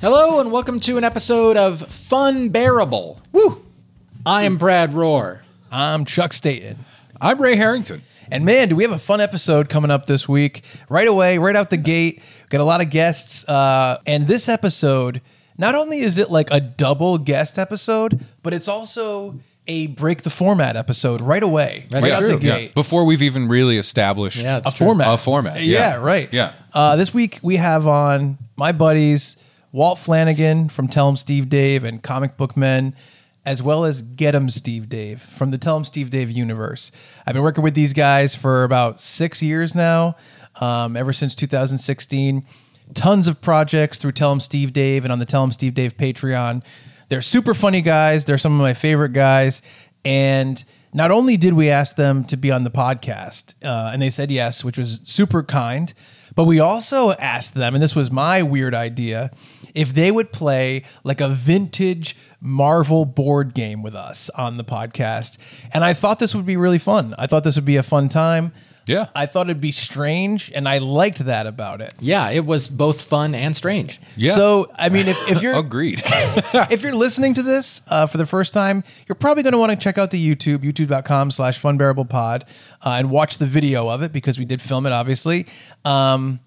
Hello and welcome to an episode of Fun Bearable. Woo! I am Brad Rohr. I'm Chuck Staten. I'm Ray Harrington. And man, do we have a fun episode coming up this week? Right away, right out the gate. We've got a lot of guests. Uh, and this episode, not only is it like a double guest episode, but it's also a break the format episode right away. right out the Yeah. gate. Before we've even really established Yeah, a That's true. format. a format. Yeah, right. Yeah. Uh, this week we have on my buddies Walt Flanagan from Tell 'em Steve Dave and Comic Book Men, as well as Get 'em Steve Dave from the Tell 'em Steve Dave universe. I've been working with these guys for about six years now, um, ever since 2016. Tons of projects through Tell 'em Steve Dave and on the Tell 'em Steve Dave Patreon. They're super funny guys. They're some of my favorite guys. And not only did we ask them to be on the podcast, uh, and they said yes, which was super kind, but we also asked them, and this was my weird idea, if they would play like a vintage Marvel board game with us on the podcast. And I thought this would be really fun. I thought this would be a fun time. Yeah. I thought it'd be strange, and I liked that about it. Yeah, it was both fun and strange. Yeah. So, I mean, if, if you're Agreed. if you're listening to this uh, for the first time, you're probably going to want to check out the YouTube, youtube.com slash funbearablepod, uh, and watch the video of it because we did film it, obviously. Um,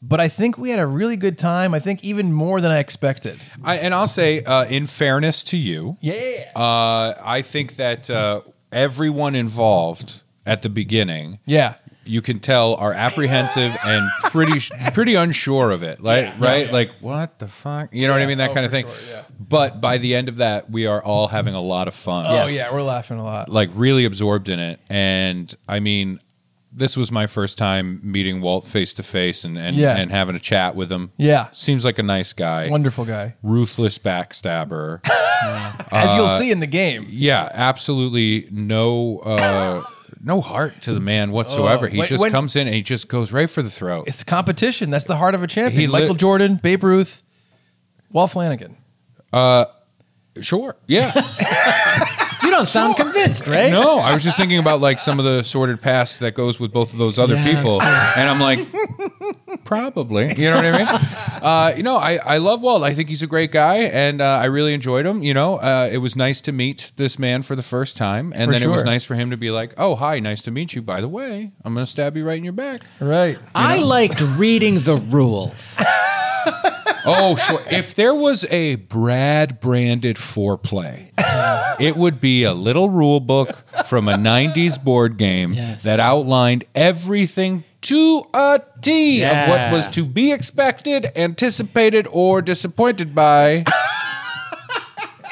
but I think we had a really good time. I think even more than I expected. I, and I'll say, uh, in fairness to you, Yeah. uh, I think that uh, everyone involved at the beginning, yeah. you can tell are apprehensive and pretty pretty unsure of it. Like right? Like what the fuck? You know what I mean? That oh, kind of for thing. sure, yeah. But by the end of that, we are all having a lot of fun. Oh, yeah. We're laughing a lot. like really absorbed in it. And I mean, this was my first time meeting Walt face to face and and, Yeah. and having a chat with him. Yeah. seems like a nice guy. Wonderful guy. Ruthless backstabber. As you'll see in the game. yeah, absolutely no uh, no heart to the man whatsoever. Oh, he when- just when- comes in and he just goes right for the throat. It's the competition. That's the heart of a champion. He lit- Michael Jordan, Babe Ruth, Walt Flanagan. sure, yeah. You don't sound convinced, right? No, I was just thinking about like some of the sordid past that goes with both of those other Yeah, people, and I'm like, probably. You know what I mean? Uh, you know, I I love Walt. I think he's a great guy, and uh, I really enjoyed him. You know, uh, it was nice to meet this man for the first time, and For then it was sure. nice for him to be like, oh hi, nice to meet you. By the way, I'm gonna stab you right in your back. Right. I liked reading the rules. Oh, sure. If there was a Brad branded foreplay, it would be a little rule book from a 90s board game Yes. that outlined everything to a T of what was Yeah. to be expected, anticipated, or disappointed by.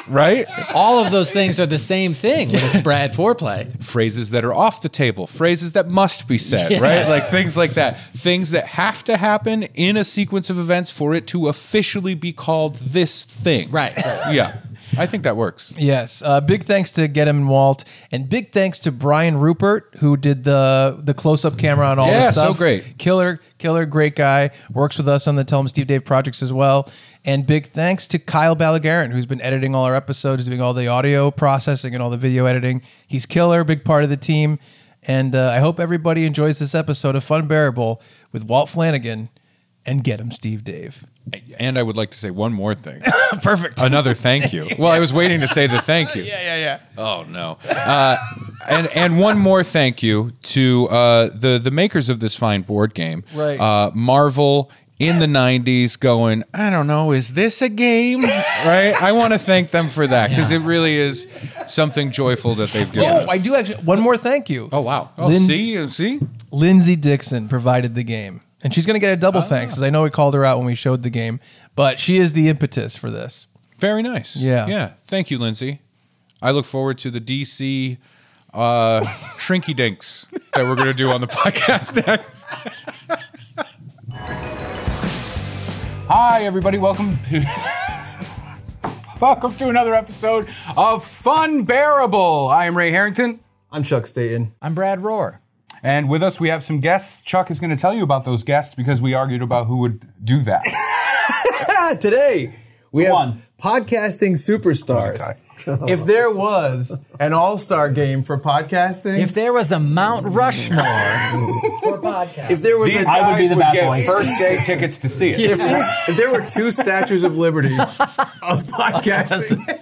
right? All of those things are the same thing when it's Brad foreplay. Phrases that are off the table, phrases that must be said, Yes. right? Like things like that. Things that have to happen in a sequence of events for it to officially be called this thing. Right. right. Yeah, I think that works. Yes. Uh, big thanks to Get Him and Walt, and big thanks to Brian Rupert who did the the close up camera on all Yeah, this so stuff. great. killer, killer, great guy. Works with us on the Tell Him Steve Dave projects as well. And big thanks to Kyle Balaguerin who's been editing all our episodes, doing all the audio processing and all the video editing. He's killer, big part of the team. And uh, I hope everybody enjoys this episode of Fun Bearable with Walt Flanagan and Get Him Steve Dave. And I would like to say one more thing. Perfect. Another thank you. Well, I was waiting to say the thank you. yeah, yeah. Oh no. Uh, and and one more thank you to uh, the the makers of this fine board game. Right. Uh, Marvel in the 90s going i don't know is this a game right i want to thank them for that because it really is something joyful that they've given Oh, us I do actually. One more thank you. Oh wow. oh Lin- see see Lindsay Dixon provided the game, and she's going to get a Ah. double thanks because I know we called her out when we showed the game, but she is the impetus for this. Very nice. Yeah. Yeah. Thank you, Lindsay. I look forward to the DC uh, shrinky dinks that we're going to do on the podcast next. Hi, everybody. Welcome to. Welcome to another episode of Fun Bearable. I am Ray Harrington, I'm Chuck Staten. I'm Brad Rohr. and with us we have some guests. Chuck is going to tell you about those guests because we argued about who would do that. Ah, Today we have won? podcasting superstars. if there was an all-star game for podcasting, If there was a Mount Rushmore for podcast. If there was These a, I I would be guys would be the the would bad bad get boy. boy. first day tickets to see it. if there were two Statues of Liberty of podcasting,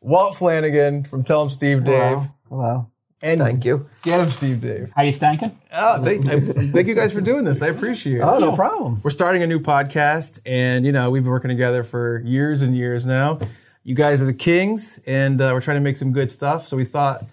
Walt Flanagan from Tell Him Steve Dave Hello. and Thank you. Get Him Steve Dave. How you stankin'? Oh, thank, I- thank you guys for doing this. I appreciate it. Oh, no problem. We're starting a new podcast, and you know we've been working together for years and years now. You guys are the kings, and uh, we're trying to make some good stuff. So we thought,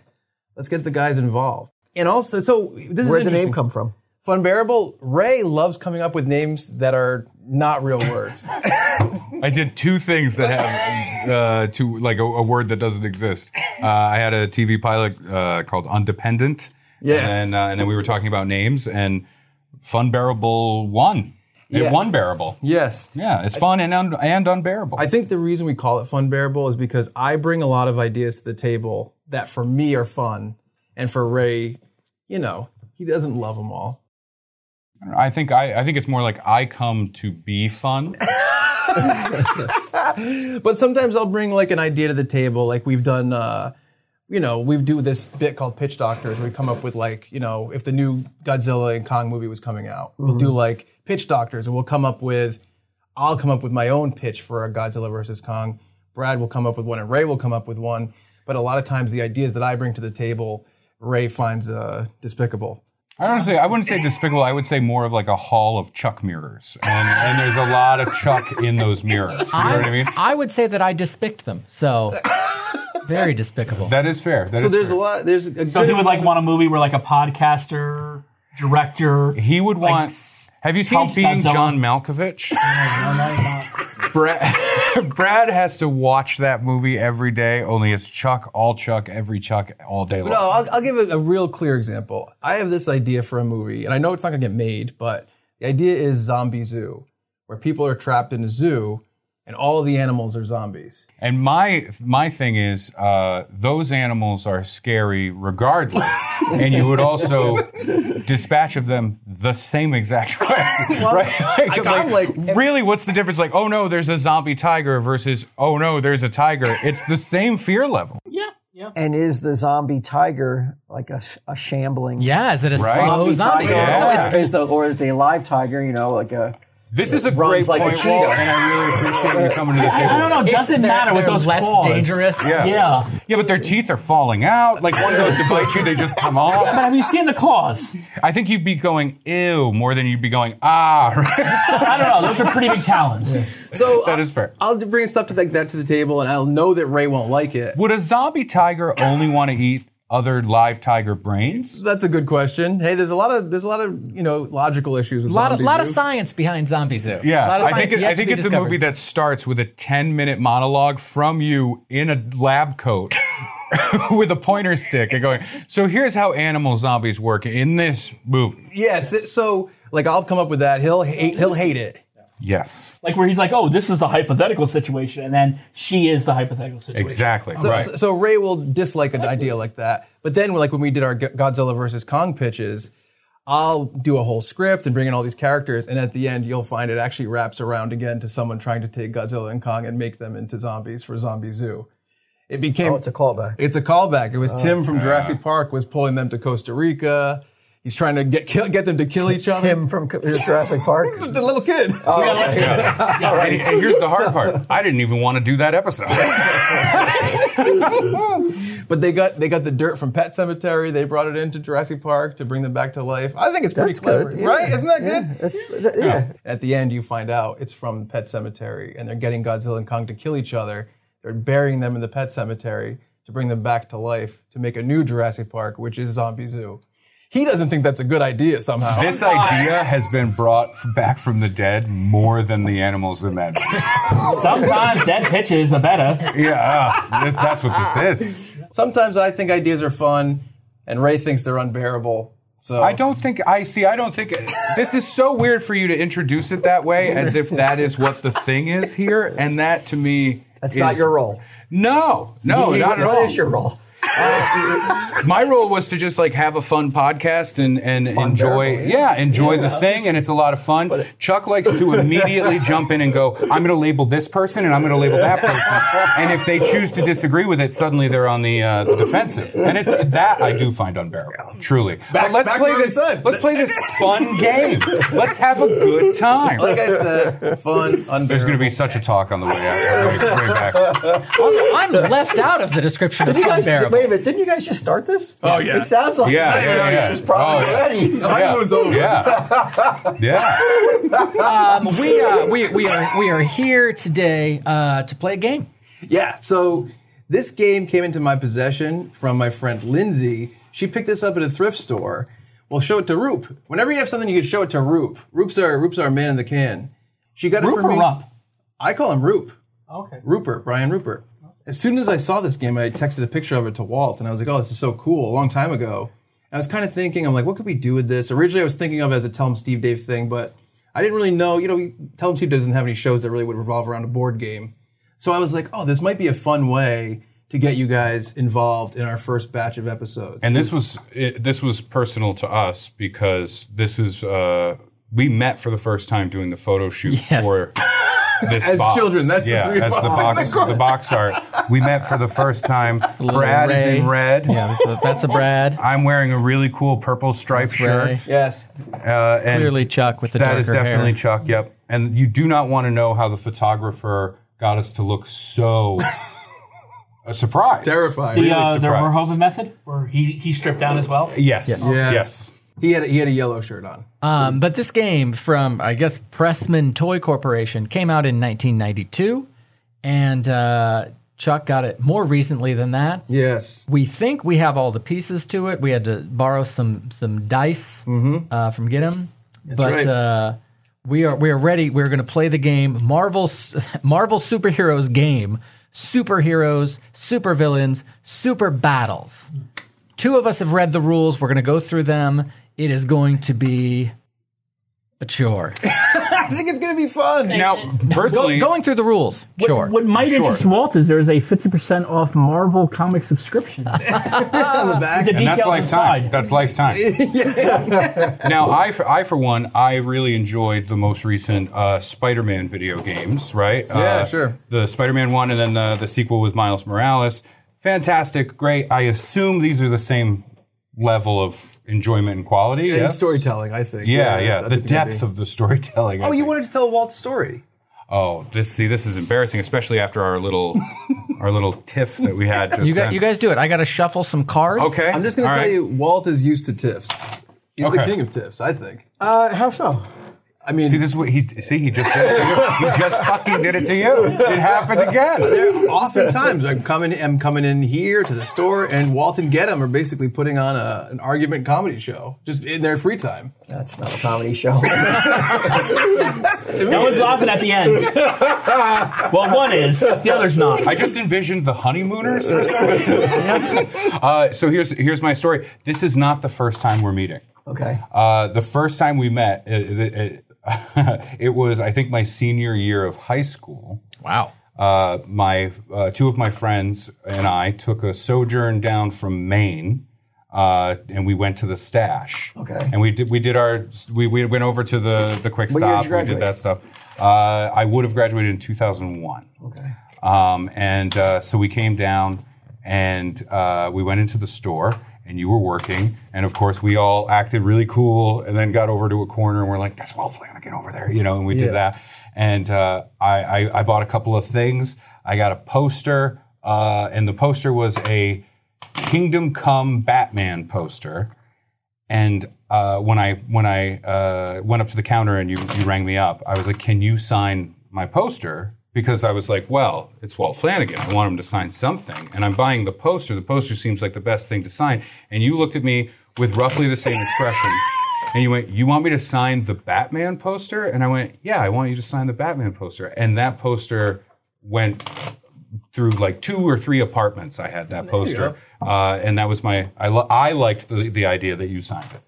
let's get the guys involved. And also, so this Where'd is the name interesting. come from? Funbearable. Ray loves coming up with names that are not real words. I did two things that have uh, two like a, a word that doesn't exist. Uh, I had a TV pilot uh, called Undependent. Yes. and, uh, and then we were talking about names and fun bearable one. Yeah. It won bearable. yes. Yeah, it's fun and un- and unbearable. I think the reason we call it fun bearable is because I bring a lot of ideas to the table that for me are fun, and for Ray, you know, he doesn't love them all. I think I, I think it's more like I come to be fun. But sometimes I'll bring like an idea to the table, like we've done. uh you know, we do this bit called Pitch Doctors where we come up with like, you know, if the new Godzilla and Kong movie was coming out, we'll do like Pitch Doctors and we'll come up with, I'll come up with my own pitch for a Godzilla versus Kong. Brad will come up with one and Ray will come up with one. But a lot of times the ideas that I bring to the table, Ray finds uh, despicable. I don't say I wouldn't say despicable. I would say more of like a hall of Chuck mirrors, and, and there's a lot of Chuck in those mirrors. You know what I mean? I would say that I despict them. So very despicable. That is fair. That is So there's fair. a lot, there's a So he would like want a movie where like a podcaster, director. He would want. s- have you seen Trump's Being Godzilla? John Malkovich? Brad, Brad has to watch that movie every day. Only it's Chuck, all Chuck, every Chuck, all day long. No, Oh, I'll, I'll give a, a real clear example. I have this idea for a movie, and I know it's not going to get made, but the idea is Zombie Zoo, where people are trapped in a zoo and all the animals are zombies. And my my thing is, uh, those animals are scary regardless, and you would also dispatch of them the same exact way, right? like, I'm like- really, what's the difference? Like, oh no, there's a zombie tiger versus oh no, there's a tiger. It's the same fear level. Yeah, yeah. And is the zombie tiger like a, sh- a shambling yeah, is it a Right. slow zombie zombie? tiger? Yeah. Oh, Or, is the, or is the live tiger, you know, like a. This is a great runs like a point, cheetah. Walt, and I really appreciate you coming to the I table. don't know. It doesn't they're- matter with they're those less claws. dangerous. Yeah. Yeah. Yeah, but their teeth are falling out. Like one goes to bite you, they just come But off. have you seen the claws? I think you'd be going ew more than you'd be going ah. I don't know. Those are pretty big talons. So That I- is fair. I'll bring stuff to like that to the table, and I'll know that Ray won't like it. Would a zombie tiger only want to eat other live tiger brains? That's a good question. Hey, there's a lot of there's a lot of you know logical issues with a lot of, Zombie lot of Zoo. science behind Zombie Zoo. a lot of I think, science it, yet I to think be it's a discovered. movie that starts with a 10 minute monologue from you in a lab coat with a pointer stick and going, So here's how animal zombies work in this movie. Yes. it- So like I'll come up with that. He'll hate. He'll hate it. Yes, Like where he's like, oh, this is the hypothetical situation, and then she is the hypothetical situation. exactly. So, right. so, so Ray will dislike an idea like that. But then, like when we did our G- Godzilla versus Kong pitches, I'll do a whole script and bring in all these characters, and at the end, you'll find it actually wraps around again to someone trying to take Godzilla and Kong and make them into zombies for Zombie Zoo. It became Oh, it's a callback. Oh, it's a callback. It was Tim from Jurassic Park was pulling them to Costa Rica. He's trying to get kill, get them to kill each other. Tim Oh, from Jurassic Park. the little kid. Yeah, let's do it. and, and here's the hard part I didn't even want to do that episode. But they got they got the dirt from Pet Cemetery. They brought it into Jurassic Park to bring them back to life. I think it's pretty That's clever, good, yeah. right? Isn't that good? That's, th- yeah. At the end, you find out it's from Pet Cemetery, and they're getting Godzilla and Kong to kill each other. They're burying them in the Pet Cemetery to bring them back to life to make a new Jurassic Park, which is Zombie Zoo. He doesn't think that's a good idea somehow. this idea has been brought f- back from the dead more than the animals in that movie. Sometimes dead pitches are better. Yeah, uh, this, that's what this is. Sometimes I think ideas are fun, and Ray thinks they're unbearable. So I don't think I see. I don't think this is so weird for you to introduce it that way, as if that is what the thing is here, and that to me That's not is- your role. No, no, not at That all. is your role. my role was to just like have a fun podcast and and enjoy yeah enjoy the thing and it's a lot of fun chuck likes to immediately jump in and go i'm going to label this person and i'm going to label that person and if they choose to disagree with it suddenly they're on the, uh, the defensive and it's that i do find unbearable truly but let's back to play what I this said. let's play this fun game let's have a good time Like I said, fun, there's going to unbearable. be such a talk on the way out on the way- way back Also, I'm left out of the description of You guys, wait a unbearable. minute, didn't you guys just start this? Oh, yeah. It sounds like Yeah, it. yeah, yeah, yeah. It's probably Oh, yeah. ready. The honeymoon's over. yeah yeah Um, we, uh, we, we, are, we are here today uh, to play a game. Yeah. So this game came into my possession from my friend Lindsay. She picked this up at a thrift store. Well, show it to Roop. Whenever you have something, you can show it to Roop. Roop's our Roop's our man in the can. She got it Roop for me. or Rup? I call him Roop. Okay. Rupert, Brian Rupert. As soon as I saw this game, I texted a picture of it to Walt, and I was like, "Oh, this is so cool!" A long time ago, and I was kind of thinking, "I'm like, what could we do with this?" Originally, I was thinking of it as a Tell 'em Steve Dave thing, but I didn't really know. You know, Tell 'em Steve doesn't have any shows that really would revolve around a board game, so I was like, "Oh, this might be a fun way to get you guys involved in our first batch of episodes." And this was it, this was personal to us because this is uh, we met for the first time doing the photo shoot Yes. for this As box. children, that's the yeah, three that's the boxes. box the box art. We met for the first time. little Brad is in Ray. red. Yeah, that's a, that's a Brad. I'm wearing a really cool purple striped Ray. shirt. yes, Uh, and Clearly Chuck with the that is darker definitely hair. Chuck. Yep. And you do not want to know how the photographer got us to look so a surprise. terrifying. The, uh, the surprised. Verhoeven method, where he, he stripped down as well. Yes. Yes. he had a, he had a yellow shirt on. Um, but this game from, I guess, Pressman Toy Corporation came out in 1992, and uh, Chuck got it more recently than that. Yes, We think we have all the pieces to it. We had to borrow some some dice uh, from Get 'Em, but right. uh, we are we are ready. We're going to play the game Marvel s- Marvel superheroes game. Superheroes, supervillains, super battles. Two of us have read the rules. We're going to go through them. It is going to be a chore. I think it's gonna be fun. Now, personally, Going through the rules, chore. What might interest Walt is there is a 50% off Marvel comic subscription. the On the back, And details that's lifetime. inside. That's lifetime. now, I for, I for one, I really enjoyed the most recent uh, Spider-Man video games. Right? Yeah, sure. The Spider-Man one, and then the, the sequel with Miles Morales. Fantastic, great. I assume these are the same level of enjoyment and quality. and yes? storytelling. I think. Yeah, yeah. that's- I The think it's gonna depth be- of the storytelling. I Oh, you think. wanted to tell Walt's story. Oh, this see, this is embarrassing, especially after our little our little tiff that we had. Just you, then. got, you guys do it. I got to shuffle some cards. Okay. I'm just going All to tell right. you, Walt is used to tiffs. He's the Okay. king of tiffs, I think. Uh, how so? I mean, See, this is what he's see. He just did it to you. He just fucking did it to you. It happened again. oftentimes I'm coming, I'm coming in here to the store, and Walt and Get 'em are basically putting on a, an argument comedy show just in their free time. That's not a comedy show. To me, one's laughing at the end. well, one is, the other's not. I just envisioned the honeymooners. For some reason. uh, so here's here's my story. This is not the first time we're meeting. Okay. Uh, the first time we met, it, it, it, it was I think my senior year of high school. Wow. uh, my uh, two of my friends and I took a sojourn down from Maine, uh, and we went to the stash. Okay. And we did we did our we, we went over to the the quick What year stop. did you We did graduate? that stuff. Uh, I would have graduated in two thousand one. Okay. Um, and uh, so we came down and uh, we went into the store and you were working. And of course, we all acted really cool and then got over to a corner and we're like, that's Walt Flanagan over there, you know, and we did that. And uh, I, I, I bought a couple of things. I got a poster, uh, and the poster was a Kingdom Come Batman poster. And uh, when I when I uh, went up to the counter and you you rang me up, I was like, "Can you sign my poster?" Because I was like, "Well, it's Walt Flanagan. I want him to sign something, and I'm buying the poster. The poster seems like the best thing to sign." And you looked at me with roughly the same expression, and you went, "You want me to sign the Batman poster?" And I went, "Yeah, I want you to sign the Batman poster." And that poster went through like two or three apartments. I had that poster, uh, and that was my. I, li- I liked the, the idea that you signed it.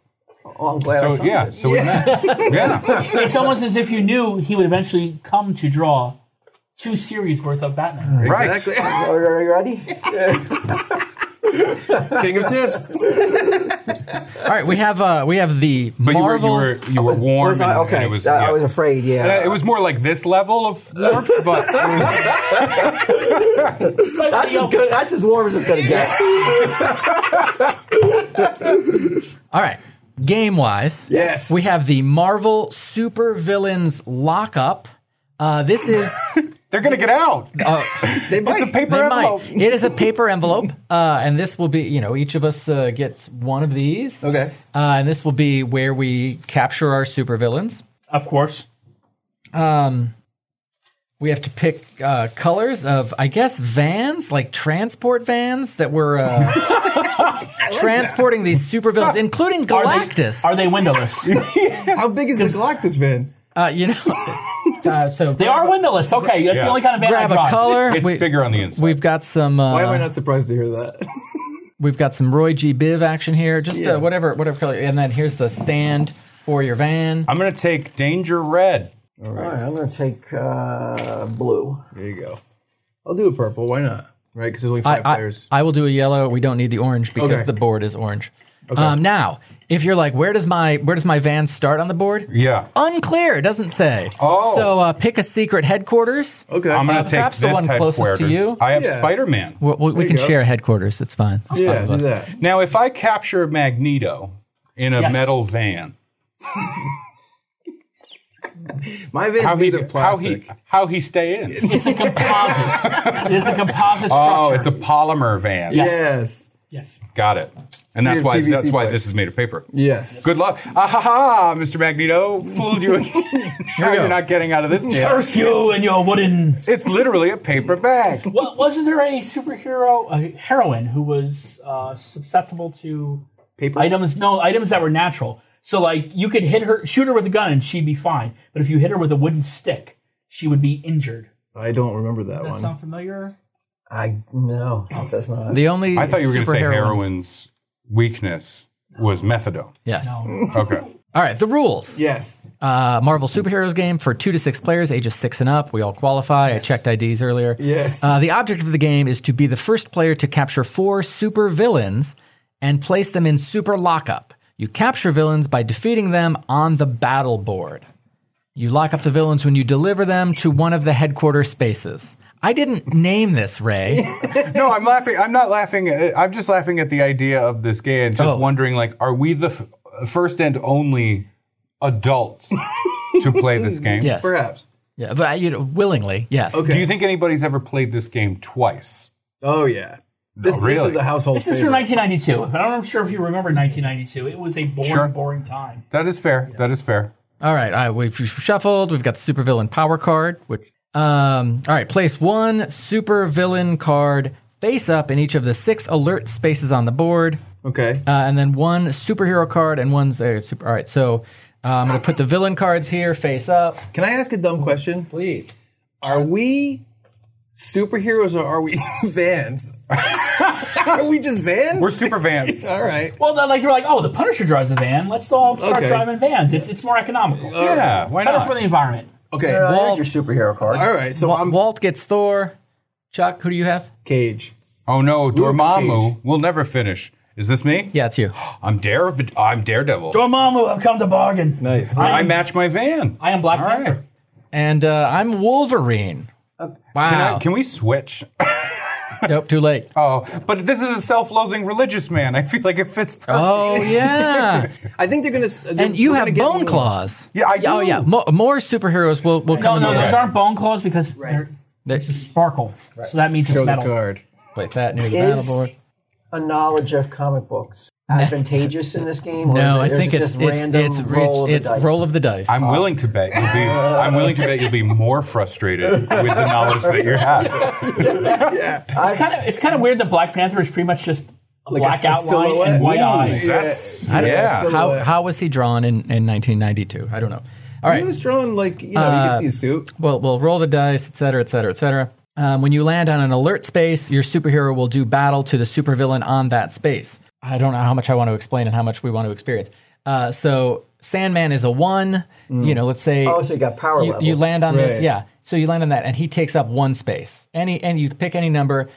Well, I'm glad I So saw yeah, it. so we met. Yeah, It's almost as if you knew he would eventually come to draw two series worth of Batman. right. Exactly. Are, are you ready? King of tips. All right, we have uh, we have the But Marvel. you were you were, you were warm. Was I, and- and okay, it was, I- I yeah. was afraid. Yeah, Uh, It was more like this level of warmth, but that's as good. That's as warm as it's gonna get. All right, game wise, Yes. we have the Marvel Super Villains Lockup. Uh, this is they're gonna get out. Uh, They might. It's a paper they envelope. might. It is a paper envelope, uh, and this will be you know each of us uh, gets one of these. Okay. uh, and this will be where we capture our supervillains. Of course. We have to pick uh, colors of, I guess, vans, like transport vans that were uh, transporting these supervillains, including Galactus. Are they windowless? How big is the Galactus van? uh, you know, uh, so they are windowless. Okay, that's Yeah. the only kind of van grab I a drive. color. It's we, bigger on the inside. We've got some. Why am I Uh, not surprised to hear that? we've got some Roy G. Biv action here. Just Yeah. uh, whatever, whatever color. And then here's the stand for your van. I'm gonna take Danger Red. All right, I'm gonna take uh, blue. There you go. I'll do a purple. Why not? Right? Because there's only I, five I- players. I will do a yellow. We don't need the orange because Okay. the board is orange. Um, now, if you're like, where does my where does my van start on the board? Yeah, Unclear, it doesn't say. Oh. So uh, pick a secret headquarters. okay. I'm gonna Uh, take perhaps this the one closest to headquarters. you. I have Yeah. Spider Man. We, we, we you can go. share headquarters. It's fine. It's fine yeah, with do us. that. Now, if I capture Magneto in a Yes. metal van, My van's how he, made of how he plastic. how he stay in? It's a composite. it's a composite structure. Oh, it's a polymer van. yes. yes. Got it. And that's made of why PVC that's why pipe. this is made of paper. Yes. Good luck. Ah ha ha, Mr. Magneto, fooled you again. now go. you're not getting out of this jam. Curse you and your wooden. It's literally a paper bag. Wa- Wasn't there a superhero, a heroine who was uh, susceptible to Paper? items? No, items that were natural. So like you could hit her, shoot her with a gun, and she'd be fine. But if you hit her with a wooden stick, she would be injured. I don't remember that That one. sound familiar? I no, that's not. The only I thought you were going to say superhero- heroin's weakness was methadone. Yes. Okay. All right. The rules. yes. Uh, Marvel superheroes game for two to six players, ages six and up. We all qualify. I checked IDs earlier. Yes. Uh, the object of the game is to be the first player to capture four super villains and place them in super lockup. You capture villains by defeating them on the battle board. You lock up the villains when you deliver them to one of the headquarters spaces. I didn't name this, Ray. No, I'm laughing. I'm not laughing. at- I'm just laughing at the idea of this game. Just Oh. wondering, like, are we the f- first and only adults to play this game? Yes. Perhaps. Yeah, but you know, willingly, yes. Okay. Do you think anybody's ever played this game twice? Oh yeah. This, really? this is a household This is from favorite. 1992. And I'm not sure if you remember 1992. It was a boring, Sure. boring time. That is fair. That is fair. All right, all right, we've shuffled. We've got supervillain power card. Which, um, all right, place one supervillain card face up in each of the six alert spaces on the board. okay. Uh, and then one superhero card and one's uh, super. All right, so uh, I'm going to put the villain cards here face up. Can I ask a dumb question? Please. Are we superheroes or are we vans? are we just vans? We're super vans. All right. Well, then, like they were like, oh, the Punisher drives a van. Let's all start Okay. Uh, driving vans. It's it's more economical. yeah. Why Better for not? the environment. Okay. There's your superhero card. All right. So Um, I'm Walt gets Thor. Chuck, who do you have? Cage. Oh no, Cage. Dormammu. We'll never finish. Is this me? Yeah, it's you. I'm dare. I'm Daredevil. Dormammu, I've come to bargain. Nice. Uh, I match my van. I am Black All right. Panther. And uh, I'm Wolverine. Uh, Can, Wow. I, can we switch? nope, too late. Oh, but this is a self-loathing religious man. I feel like it fits. Perfect. Oh, yeah. I think they're gonna. s- they're- and you we're have gonna get bone more. claws. Yeah, I do. Oh, yeah. Mo- more superheroes will, will No, come no, in the those way. aren't bone claws because they're, They- it's a sparkle. So that means Show it's the metal. card. Wait, that near the Is- battle board. A knowledge of comic books advantageous in this game? Or No, I is it, or is think it it's just it's random it's roll of the it's dice? roll of the dice. I'm willing to bet you'll be. I'm willing to bet you'll be more frustrated with the knowledge that you have. It's kind of it's kind of weird that Black Panther is pretty much just a Like a- black a outline silhouette. and white Ooh. eyes. That's don't know, yeah. so- How how was he drawn in, in 1992? I don't know. All He right. was drawn like you know you Uh, can see a suit. Well, we'll roll the dice, et cetera, et cetera, et cetera. Um, when you land on an alert space, your superhero will do battle to the supervillain on that space. I don't know how much I want to explain and how much we want to experience. Uh, so Sandman is a one. You know, let's say Oh, so you got power you, levels. you land on this, Right. yeah. So you land on that, and he takes up one space. Any and you pick any number.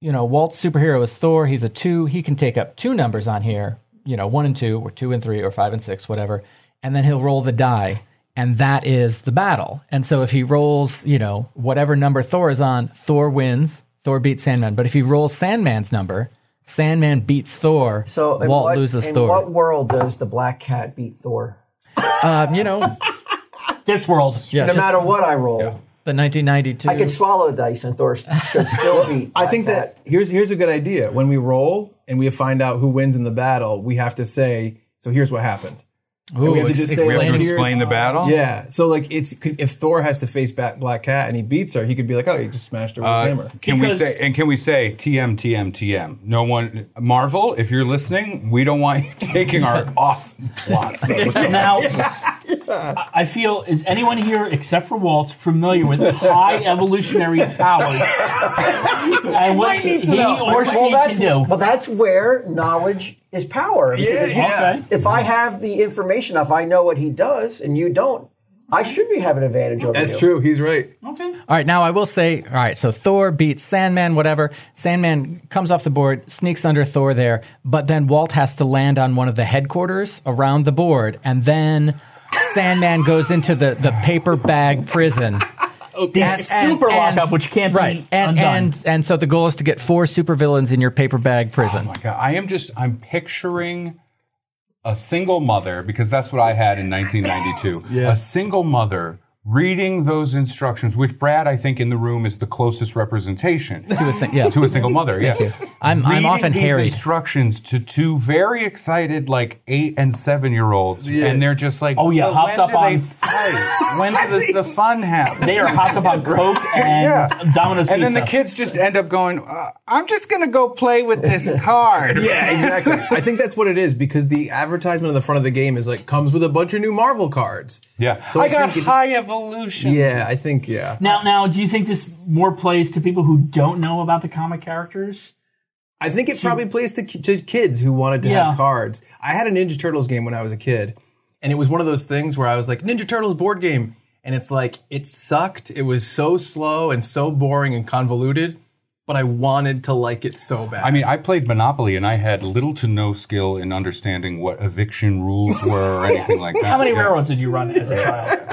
you know, Walt's superhero is Thor. He's a two. He can take up two numbers on here, you know, one and two, or two and three, or five and six, whatever. And then he'll roll the die, and that is the battle. And so if he rolls, you know, whatever number Thor is on, Thor wins. Thor beats Sandman. But if he rolls Sandman's number, Sandman beats Thor. So in Walt what, loses in Thor. what world does the black cat beat Thor? um, you know, This world. yeah, No just matter what I roll, the 1992. I could swallow dice and Thor should still beat. I Black think Cat. that here's here's a good idea. When we roll and we find out who wins in the battle, we have to say, "So here's what happened." Ooh, we have to ex- just say, We explain have to Here's- it. explain the battle. Oh. Yeah. So like, it's could- if Thor has to face back Black Cat and he beats her, he could be like, "Oh, he just smashed her with his hammer." Can Because- we say and can we say TM TM TM? No one Marvel, if you're listening, we don't want you taking our awesome plots. Now, I- I feel is anyone here except for Walt familiar with high evolutionary powers and what he or she well, that's can do? well, that's where knowledge is power. Because if- Okay. If I have the information, if I know what he does and you don't, I should be having an advantage over you. That's true. He's right. Okay. All right, now I will say, all right, so Thor beats Sandman, whatever. Sandman comes off the board, sneaks under Thor there, but then Walt has to land on one of the headquarters around the board, and then Sandman goes into the, the paper bag prison. The and- super and- lockup, which can't Right. be And, undone. and and so the goal is to get four supervillains in your paper bag Oh prison. God, I am just I'm picturing a single mother because that's what I had in 1992. A single mother reading those instructions, which Brad I think in the room is the closest representation to a sing- yeah. to a single mother. Yeah, I'm- I'm Reading often these harried. Instructions to two very excited like eight and seven year olds, and they're just like, Oh, yeah, "Well, hopped when up do on- they fight? when does the fun happen? they are hopped up on coke and Yeah. Domino's And pizza. then the kids just end up going, uh, I'm just going to go play with this card. Yeah, exactly. I think that's what it is because the advertisement on the front of the game is like comes with a bunch of new Marvel cards. Yeah. So I, I got think it- high evolution. Yeah, I think yeah. now, now, do you think this more plays to people who don't know about the comic characters? I think it probably plays to, ki- to kids who wanted to Yeah. have cards. I had a Ninja Turtles game when I was a kid, and it was one of those things where I was like, Ninja Turtles board game. And it's like, it sucked. It was so slow and so boring and convoluted, but I wanted to like it so bad. I mean, I played Monopoly and I had little to no skill in understanding what eviction rules were or anything like that. How many Yeah. railroads did you run as a child?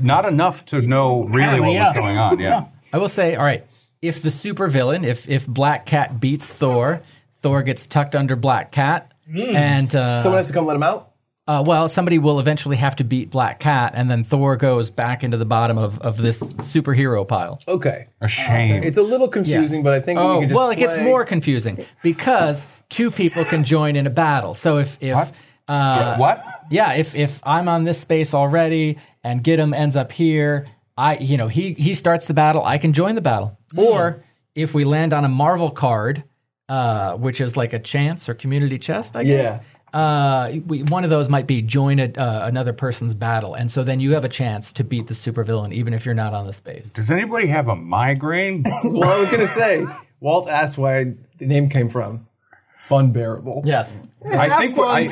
Not enough to know really Apparently, what was yeah. going on. Yeah. I will say, all right, if the supervillain, if if Black Cat beats Thor, Thor gets tucked under Black Cat. Hmm. And uh, someone has to come let him out. Uh, well, somebody will eventually have to beat Black Cat, and then Thor goes back into the bottom of, of this superhero pile. Okay. A shame. It's a little confusing, but I think Oh, we can just well, it gets play- more confusing because two people can join in a battle. So if if what? yeah, if if I'm on this space already and Gidim ends up here, I you know he he starts the battle, I can join the battle. Hmm. Or if we land on a Marvel card, uh, which is like a chance or community chest, I guess. Uh, we, one of those might be join a, uh, another person's battle, and so then you have a chance to beat the supervillain, even if you're not on the space. Does anybody have a migraine? Well, I was going to say, Walt asked why the name came from. Fun bearable. Yes, I think what I,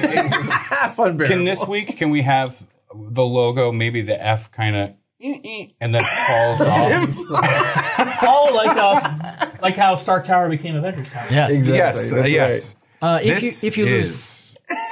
Fun bearable. can this week can we have the logo maybe the F kind of and then it falls off. oh, like us, like how Star Tower became Avengers Tower. yes, yes, that's yes. Uh, if This you if you lose, is-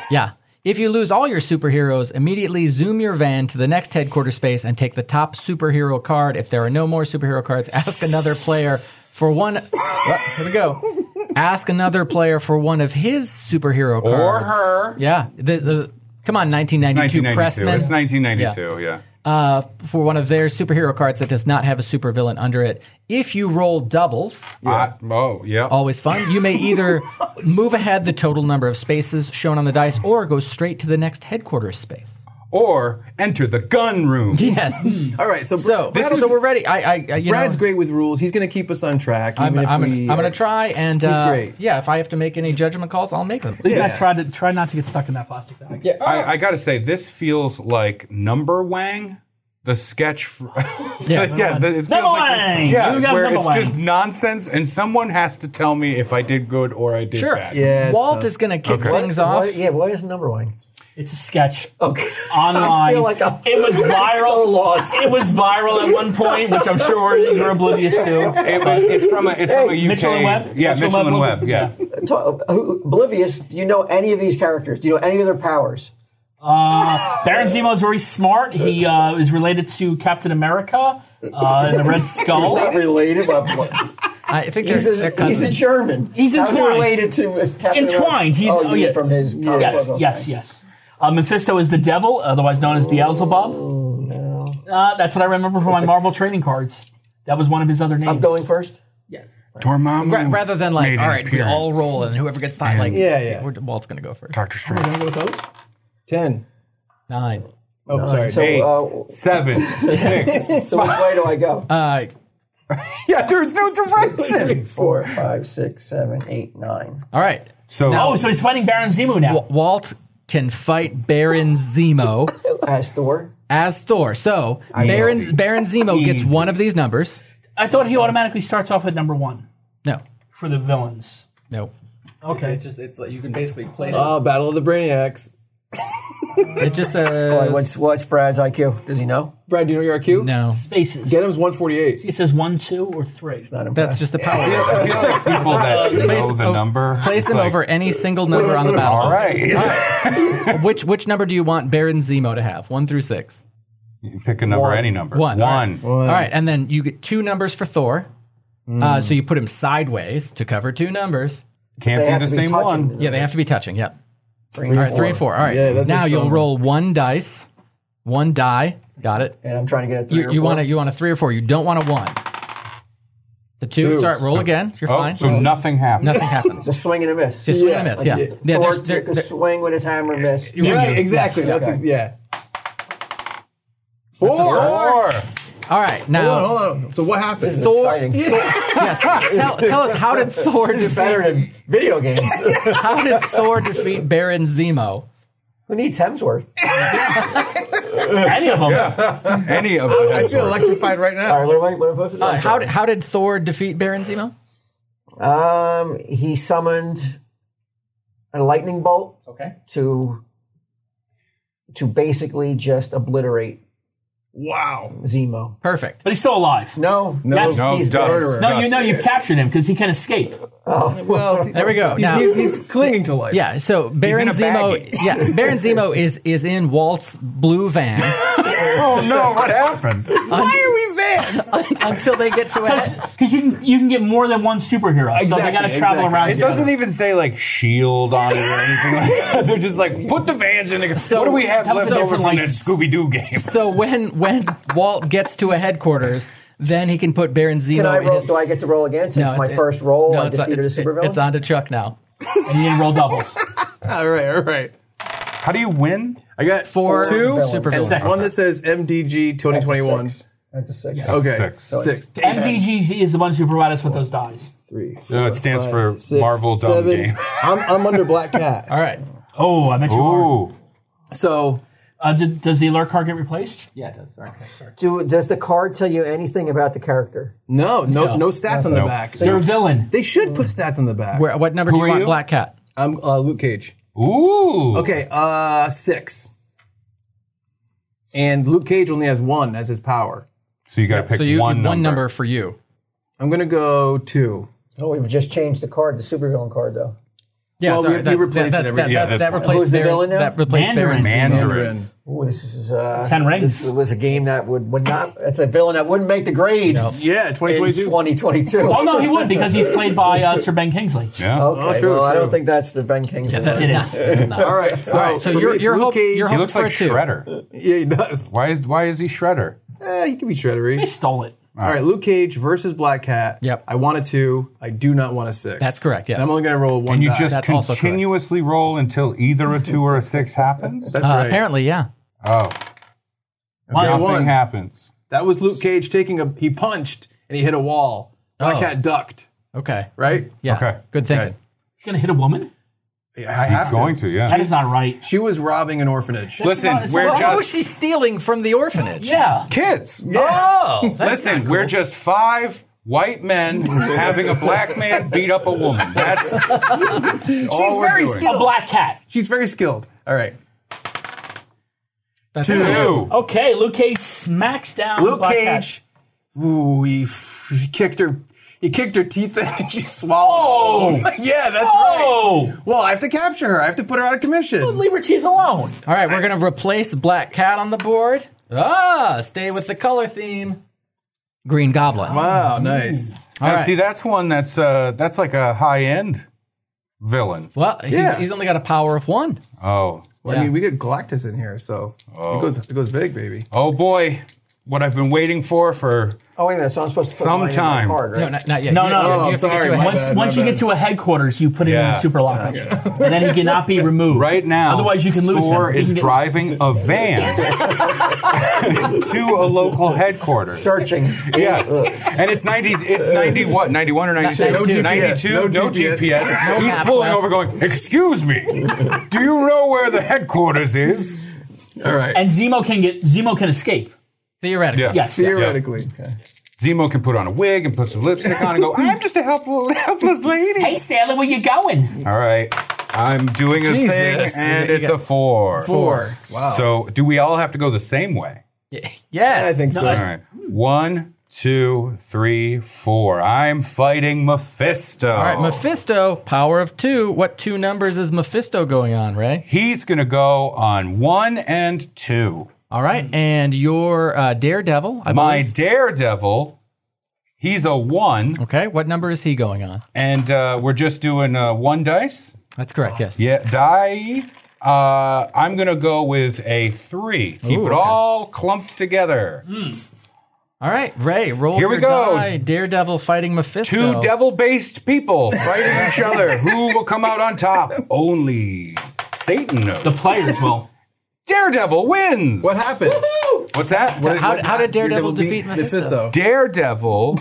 yeah. If you lose all your superheroes, immediately zoom your van to the next headquarters space and take the top superhero card. If there are no more superhero cards, ask another player for one. Well, here we go. Ask another player for one of his superhero Or cards. her. Yeah. The, the, come on, 1992, 1992. It's Pressman. 1992. Yeah. For one of their superhero cards that does not have a supervillain under it. If you roll doubles, I- oh, yeah. always fun. You may either move ahead the total number of spaces shown on the dice or go straight to the next headquarters space. Or enter the gun room. Yes. All right, so So, Brad so is- we're ready. I, I, I you Brad's know, great with rules. He's going to keep us on track. I'm, even if I'm, gonna, we I'm gonna are- try and uh, great. yeah, if I have to make any judgment calls, I'll make them. You guys try to try not to get stuck in that plastic bag. I, I gotta say, this feels like number wang the sketch. fr- Yes. yeah, the, it feels Number like the- one! yeah, You got where number it's one. just nonsense, and someone has to tell me if I did good or I did Sure. bad. Yeah, it's Walt tough. is going to kick things Why- off. yeah, why is number one? It's a sketch Okay. online. Oh, I feel like I'm, it was I'm viral. so lost. It was viral at one point, which I'm sure you're oblivious to. It was, it's from a, it's from a UK. Mitchell and Webb? Yeah, Mitchell Mitchell, and and Webb. Webb. Yeah. Ta- who- Oblivious. Do you know any of these characters? Do you know any of their powers? Uh, Baron Zemo is very smart. He uh, is related to Captain America uh, and the Red Skull. Not related, but I think he's they're, they're a, he's a cousins. German. He's How's he entwined. related to his Captain America? Entwined. He's- oh, oh, you mean yeah. from his comic Yes, book, okay. yes, yes. Uh, Mephisto is the devil, otherwise known as Oh, Beelzebub. Uh, that's what I remember from my Marvel trading cards. That was one of his other names. I'm going first. Yes. Dormammu. Ra- rather than like, made all an right, we all appearance. roll and whoever gets time, like, Yeah, yeah. we're- Walt's going to go first. Doctor Strange. What are those? Ten. Nine. Oh, sorry. So, Eight, uh, seven, six. so which way do I go? Uh, yeah, there's no direction. Three, four, five, six, seven, eight, nine. all right. So Oh, so he's fighting Baron Zemo now. Wa- Walt can fight Baron Zemo As Thor. as Thor. So see. Baron, Baron Zemo gets Easy. one of these numbers. I thought he automatically starts off at number one No. for the villains. No. Okay. It's just it's like you can basically place. Oh, Battle of the Brainiacs. It just Oh, Wait, says. what's, what's Brad's IQ? Does he know? Brad, do you know your IQ? No. Spaces. Denham's 148. It says one, two, or three. Not That's impressed. just a power. word. I feel like people that know the o- number Place it's him like, over any single number on the battle. All right, Which which number do you want Baron Zemo to have? One through six. You pick a number, any number. One. one. Hmm. All right, and then you get two numbers for Thor. Uh, so you put him sideways to cover two numbers. They Can't have be the to be same touching. one. Yeah, they have to be touching. Yep. Three, All right, three and four. All right. Yeah, that's now a you'll strong roll one dice, one die. Got it. And I'm trying to get a three You, or you four. want a you want a three or four. You don't want a one. The two. It's all right. Roll again. You're Oh, fine. so nothing happened. Nothing happens. It's a swing and a miss. Just swing and Yeah, miss. Yeah. that's it. Yeah. Thor There's, there, took a there- swing with his hammer and missed. Right, exactly. That's a, yeah. Four. Four. all right. Hold on, Now, hold on. So what happens? Thor. Exciting. Yes. Tell, tell us how did Thor This is defeat better than video games. how did Thor defeat Baron Zemo? Who needs Hemsworth? Any of them. Any of them. I feel electrified right now. All right, what am I? What am I supposed to do? Uh, I'm how sorry. did how did Thor defeat Baron Zemo? Um, he summoned a lightning bolt. Okay. To to basically just obliterate Wow. Zemo. Perfect. But he's still alive. No, Yes. No, he's dust. murderer. No, you know you've captured him because he can escape. Well, There we go. He's, Now- he's, he's clinging to life. Yeah, so Baron in a Zemo, baggie. yeah, Baron Zemo is is in Walt's blue van Oh no! What happened? until they get to a Because you can you can get more than one superhero, so they got to Exactly, travel exactly. around. It doesn't even say like shield on it or anything like that. They're just like, put the vans in the. So- what do we have That's left a over different from that license. Scooby Doo game? So when when Walt gets to a headquarters, then he can put Baron Zemo Can I in roll? his. Do I get to roll again? Since No, my it's- first roll, I it's, defeated it's, a supervillain. it's on to Chuck now. And you didn't roll doubles. All right, all right. How do you win? I got Four two supervillains. and one that says MDG 2021. That's a six. That's a six. Okay, Six. six. Damn. MDGZ is the ones who provide us with those dies. Three, No, Uh, it stands for six, Marvel Dumb seven. Game. I'm, I'm under Black Cat. All right, Oh, I meant you are. Ooh. So Uh, did, does the alert card get replaced? Yeah, it does. Sorry. Sorry. Do does the card tell you anything about the character? no, no, no stats on the back. They're a villain. They should put stats on the back. Where, what number Who do are you want? you? Black Cat. I'm uh, Luke Cage. Ooh. Okay, uh, six. And Luke Cage only has one as his power. So you got to pick So you one, number. for you. I'm gonna go two. Oh, we've just changed the card, the supervillain card, though. Yeah, Well, sorry, we- we that's- replaced that, it every- that, yeah, that, that's that fine. replaced Who's the Baron. villain now? That replaced Mandarin. Baron. Mandarin. Ooh, this is uh, Ten rings. This was a game that would would not. It's a villain that wouldn't make the grade Yeah, in 2022. 2022. Oh no, he would because he's played by uh, Sir Ben Kingsley. Yeah. Okay, Oh, true, well, I don't true. think that's the Ben Kingsley. one. It is. All right, so, So for me, you're it's you're Luke hope, Cage. you're He hoping looks for like a two. Shredder. yeah, he does. Why is why is he Shredder? Eh, he can be He shreddery. stole it. All right, Luke Cage versus Black Cat. Yep. I want a two. I do not want a six. That's correct, yes. And I'm only gonna roll one. And you die. just That's also correct. continuously roll until either a two or a six happens. that's Uh, right. Apparently, yeah. oh, One. one. nothing happens. That was Luke Cage taking a. He punched and he hit a wall. Black Oh. Cat ducked. Okay. Right. Yeah. Okay. Good thinking. He's gonna hit a woman. I He's have going to, yeah. That is not right. She was robbing an orphanage. not- Listen, it's we're not- Oh, What was just she Oh, stealing from the orphanage? Yeah. kids. Oh, that's Listen, we're just five white men having a black man beat up a woman. That's all we're very doing. skilled. A black cat. She's very skilled. All right. that's Two. Okay, Luke Cage smacks down. Luke black cat. Cage. Ooh, he, f- he kicked her. He kicked her teeth in and she swallowed. them. yeah, that's Oh! right. Well, I have to capture her. I have to put her out of Oh, commission. Liberties alone. All right, we're going to replace Black Cat on the board. Ah, stay with the color theme. Green Goblin. Wow, nice. All Now, right. See, that's one that's uh, that's like a high end villain. Well, he's, Yeah. he's only got a power of one. Oh, Well, I mean, we get Galactus in here, so it goes it goes big, baby. oh boy, what I've been waiting for for Oh, wait a minute. So I'm supposed to put mine in my Sometime. card, right? No, not, not yet. No, You- no, you- you no, I'm have to get to sorry, a my head- Once, bad, my once you bad. get to a headquarters, you put him in Yeah. a super lock, and then he cannot be removed. right now. Otherwise, you can lose Thor him. You is can get- driving a van to a local headquarters. Searching. Yeah, and it's ninety. It's ninety what? Ninety one or ninety two? No GPS, no Ninety-two. No GPS. GPS. He's map pulling west. over, going, "Excuse me, do you know where the headquarters is?" Oh. All right. And Zemo can get Zemo can escape. Theoretically. Yes. Theoretically, Zemo can put on a wig and put some lipstick on and go, "I'm just a helpful, helpless lady." Hey Sailor, where you going? All right, I'm doing a thing, Jesus. and You it's got a four. four. Wow. So, do we all have to go the same way? Yes. I think so. All right. One, two, three, four. I'm fighting Mephisto. All right, Mephisto, power of two. What two numbers is Mephisto going on, Ray? He's going to go on one and two. All right, and your uh, Daredevil. I My believe. Daredevil, he's a one, Okay, what number is he going on? and uh, we're just doing uh, one dice. That's correct, yes. Yeah, die. Uh, I'm going to go with a three. Keep Ooh, it okay. Hmm. all clumped together. All right, Ray, roll Here we your go. die. Daredevil fighting Mephisto. Two devil based people fighting each other. Who will come out on top? Only Satan knows. The players will. Daredevil wins. What happened? What's that? What- How, what- how did Daredevil Daredevil defeat beat Mephisto? Mephisto. Daredevil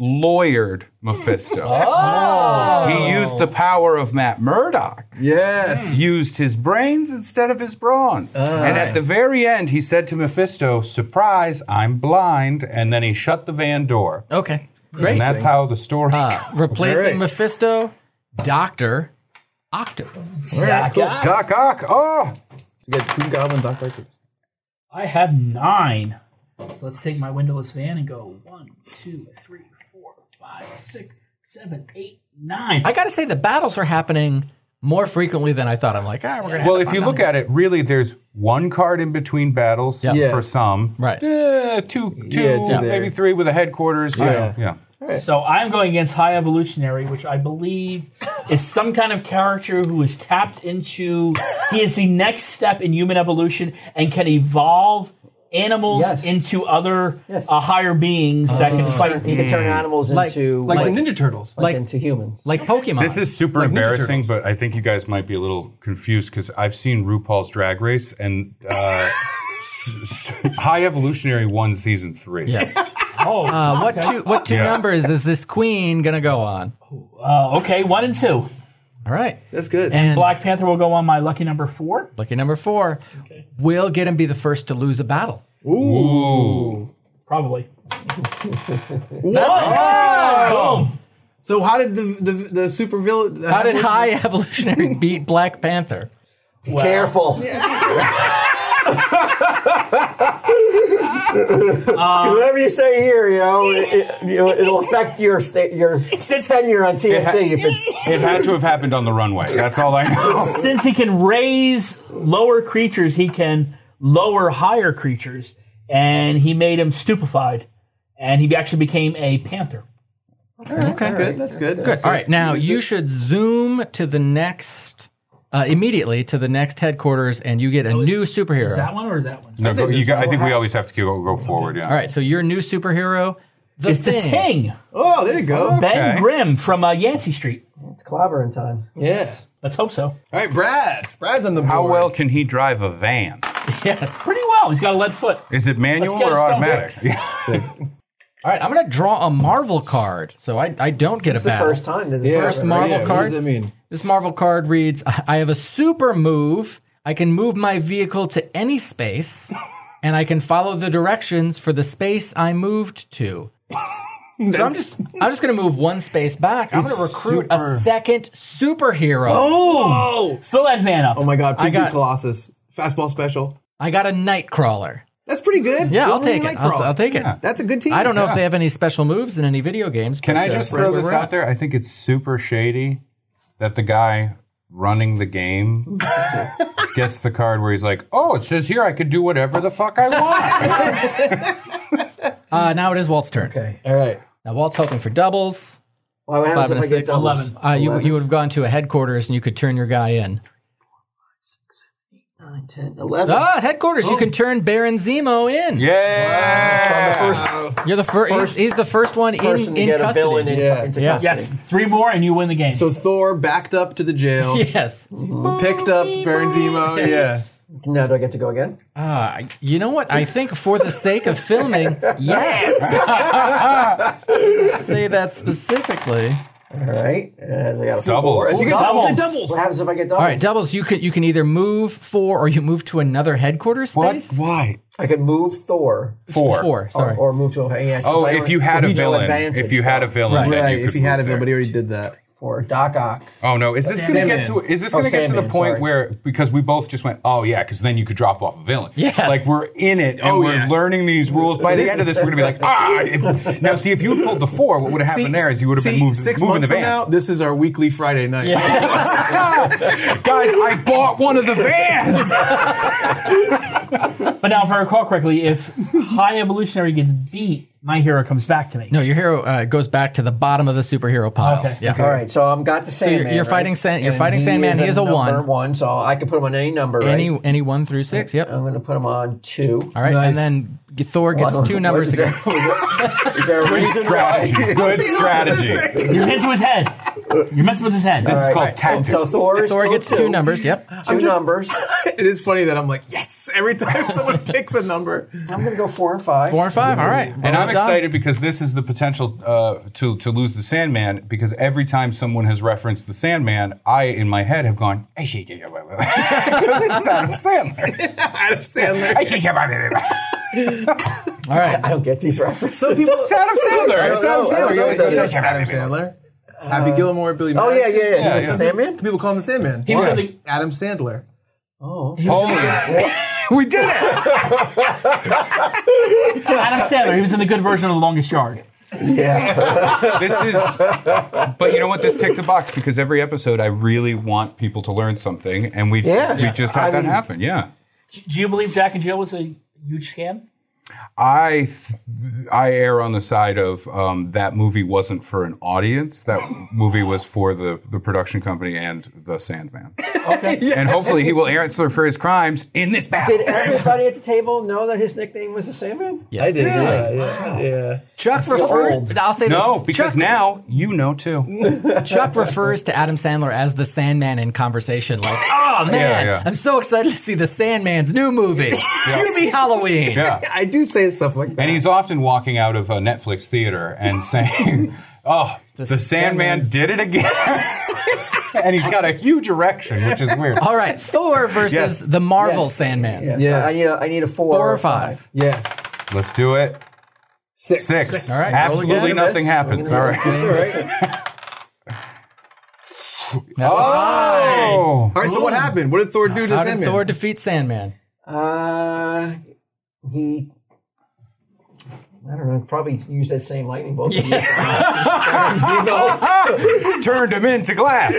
lawyered Mephisto. Oh! He used the power of Matt Murdock, Yes. used his brains instead of his brawns. Ah. and at the very end, he said to Mephisto, Surprise, I'm blind. And then he shut the van door. Okay, great. Uh, And that's how the story. Ah. Replacing Great. Mephisto, Doctor Octopus. Doc Ock. Oh, We got Green Goblin, Doc Ock. I have nine. So let's take my windowless van and go one, two, three, four, five, six, seven, eight, nine. I gotta say, the battles are happening more frequently than I thought. I'm like, ah, we're gonna. Well, if you look at it, really, there's one card in between battles Yeah. for some. Right. Eh, two, two, Yeah, two there. maybe three with a headquarters. Yeah. yeah. So I'm going against High Evolutionary, which I believe is some kind of character who is tapped into. He is the next step in human evolution and can evolve animals Yes. into other Yes. Uh-huh. uh, higher beings that can fight. You can turn animals into Like, like, the Ninja Turtles. like into humans. like Pokemon. This is super Ninja embarrassing, Turtles. but I think you guys might be a little confused because I've seen RuPaul's Drag Race and uh, s- s- High Evolutionary won season three. yes. Oh, Uh, what two what two Yeah. numbers is this queen gonna go on? uh, okay, one and two. All right. That's good. And Black Panther will go on my lucky number four. lucky number four. Will get him be the first to lose a battle. Probably. so how did the the, the super villain? How did High Evolutionary beat Black Panther? Careful. whatever you say here, you know, it, it, you know it'll affect your sta- your tenure on TSD if it's It had to have happened on the runway. That's all I know. Since he can raise lower creatures, he can lower higher creatures, and he made him stupefied, and he actually became a panther. That's good. That's good. Good. All right, now you should zoom to the next uh, immediately to the next headquarters, and you get a new superhero. That one or that one? No, go, you got, I think we always have to go, go forward. Yeah. All right, so your new superhero, the It's the thing. Ting, Oh, there you go. Ben Grimm from uh, Yancey Street. it's clobbering time. Yes. Let's hope so. All right, Brad. Brad's on the board. How well can he drive a van? Yes. Pretty well. He's got a lead foot. Is it manual Let's or get a stop. automatic? Six. Yeah. All right, I'm going to draw a Marvel card, so I, I don't get It's a the battle. first time. That Yeah, First right, Marvel yeah, what card. does that mean? This Marvel card reads I have a super move. I can move my vehicle to any space, and I can follow the directions for the space I moved to. So I'm just I'm just gonna move one space back. I'm gonna recruit a second superhero. Oh. Boom! Fill that man up. Oh my god, please do got- Colossus. Fastball special. I got a Nightcrawler. That's pretty good. Yeah, I'll Wolverine take it. I'll, Nightcrawler. I'll take it. That's a good team. I don't know if they have any special moves in any video games. Can but, I uh, just that's throw where this we're at. out there? I think it's super shady that the guy running the game gets the card where he's like, "Oh, it says here I could do whatever the fuck I want." Uh, now it is Walt's turn. Okay. All right. Now Walt's hoping for doubles. Why what happens Five and a if I get six. doubles? Eleven. Uh, you, you would have gone to a headquarters and you could turn your guy in. 9, 10, 11. Ah, headquarters. Oh. You can turn Baron Zemo in. yeah. Uh, You're the first. He's, he's the first one person in, in to get custody. a villain in, Yeah. into Yeah. custody. Yes, three more and you win the game. so Thor backed up to the jail, Yes. picked up Baron Zemo. Yeah. Now do I get to go again? Uh, you know what? I think for the sake of filming, yes. Say that specifically. All right. As I got a Doubles. four. You get Doubles. double- doubles. What happens if I get doubles? All right, doubles. You could you can either move four or you move to another headquarters What? space. Why? I could move Thor Four. Four. or, Sorry. or move to a. Yeah, since Oh, I if already- you had a he drew villain, advantage, if you had a villain, Right. then Right. you If could he had it, move but there. he already did that. or Doc Ock. Oh no! Is this gonna get to? Sandman. Is this gonna Oh, get to the Sandman, point sorry. where because we both just went, oh yeah, because then you could drop off a villain. Yes. Like we're in it and Oh, we're yeah. learning these rules. By the end of this, we're gonna be like, ah. if- now, see, if you had pulled the four, what would have happened there is you would have been see, moved six moving months the van. from now. This is our weekly Friday night. Guys, I bought one of the vans. but now, if I recall correctly, if High Evolutionary gets beat, my hero comes back to me. No, your hero uh, goes back to the bottom of the superhero pile. Okay. Yeah. All right, so I'm got the So Sandman. you're, you're right? fighting San, you're And fighting he Sandman. He is a number one. One, so I could put him on any number. Right? Any any one through six. Yep. I'm going to put him on two. All right, Nice. and then Thor Well, I gets don't- two what- numbers is there- again. Is there a reason strategy. Good strategy. You're into his head. You're messing with his head. This is All called right. tactics. So Thor, is Thor still gets two numbers. Yep. Two numbers. it is funny that I'm like, yes, every time someone picks a number. I'm going to go four and five. Four and five. All right. And Roll I'm the die. excited because this is the potential uh, to to lose the Sandman because every time someone has referenced the Sandman, I in my head have gone "Ay, yeah, yeah, yeah, well, well." because it's Adam Sandler. Adam Sandler. Ay, yeah, yeah, well, well, well. All right. I don't get these references. Some people. It's Adam Sandler. It's Adam know. I don't know. Sandler. It's Adam Sandler. Happy Gilmore, Billy. Oh yeah, Madison. yeah, yeah. He was yeah. the Sandman. People call him the Sandman. He was in the- Adam Sandler. Holy- we did it! Adam Sandler. He was in the good version of The Longest Yard. This is, but you know what? This ticked the box because every episode I really want people to learn something, and we Yeah. we just had I that mean- happen. Yeah. Do you believe Jack and Jill was a huge scam? I I err on the side of um, that movie wasn't for an audience. That movie was for the, the production company and the Sandman. Okay. And hopefully he will answer for his crimes in this battle. Did everybody at the table know that his nickname was the Sandman? Yes. I did. Yeah, yeah, yeah. Chuck refers. I'll say No, this. because Chuck, now you know too. Chuck refers to Adam Sandler as the Sandman in conversation. Like, oh man, yeah. I'm so excited to see the Sandman's new movie. New me Halloween. Yeah. I do say stuff like that. And he's often walking out of a Netflix theater and saying, "Oh, the, Sandman Sandman's- did it again." and he's got a huge erection, which is weird. All right, Thor versus Yes. the Marvel Yes. Sandman. Yes. Yes. I need a, I need a four, Four or five. yes. Let's do it. Six. Six. All right, roll Absolutely again. nothing happens. All right. All right. All Oh. right. So what happened? What did Thor do to How did Sandman? Oh, Thor defeat Sandman? Uh, he. I don't know. Probably used that same lightning bolt. Oh. turned him into glass.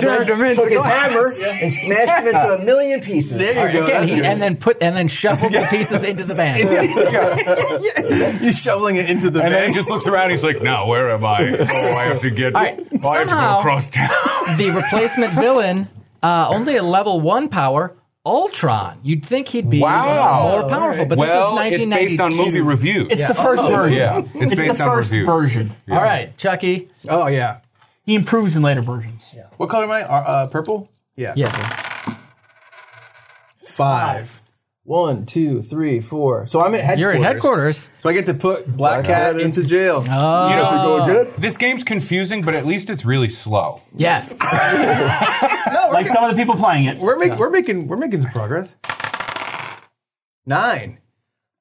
turned him into Took his glass. hammer and smashed him into a million pieces. there you go. Again, That's he, good. and then put and then shuffled the pieces into the van. he's shoveling it into the And then he bag. just looks around. He's like, "Now where am I? Oh, I have to get. right, oh, I have to somehow- go across town." the replacement villain, uh, only a level one power, Ultron. You'd think he'd be Wow. more powerful, but well, this it's is 1992. based on movie reviews. It's the first version. yeah, it's, It's based the on first reviews. version. Yeah. All right, Chucky. Oh yeah. He improves in later versions. What color am I? Uh, uh, purple. Yeah. Yeah. Five. One, two, three, four. So I'm at headquarters. You're at headquarters. So I get to put Black Cat into jail. you know, going good. This game's confusing, but at least it's really slow. Yes. like some of the people playing it. We're making we're making we're making some progress. Nine.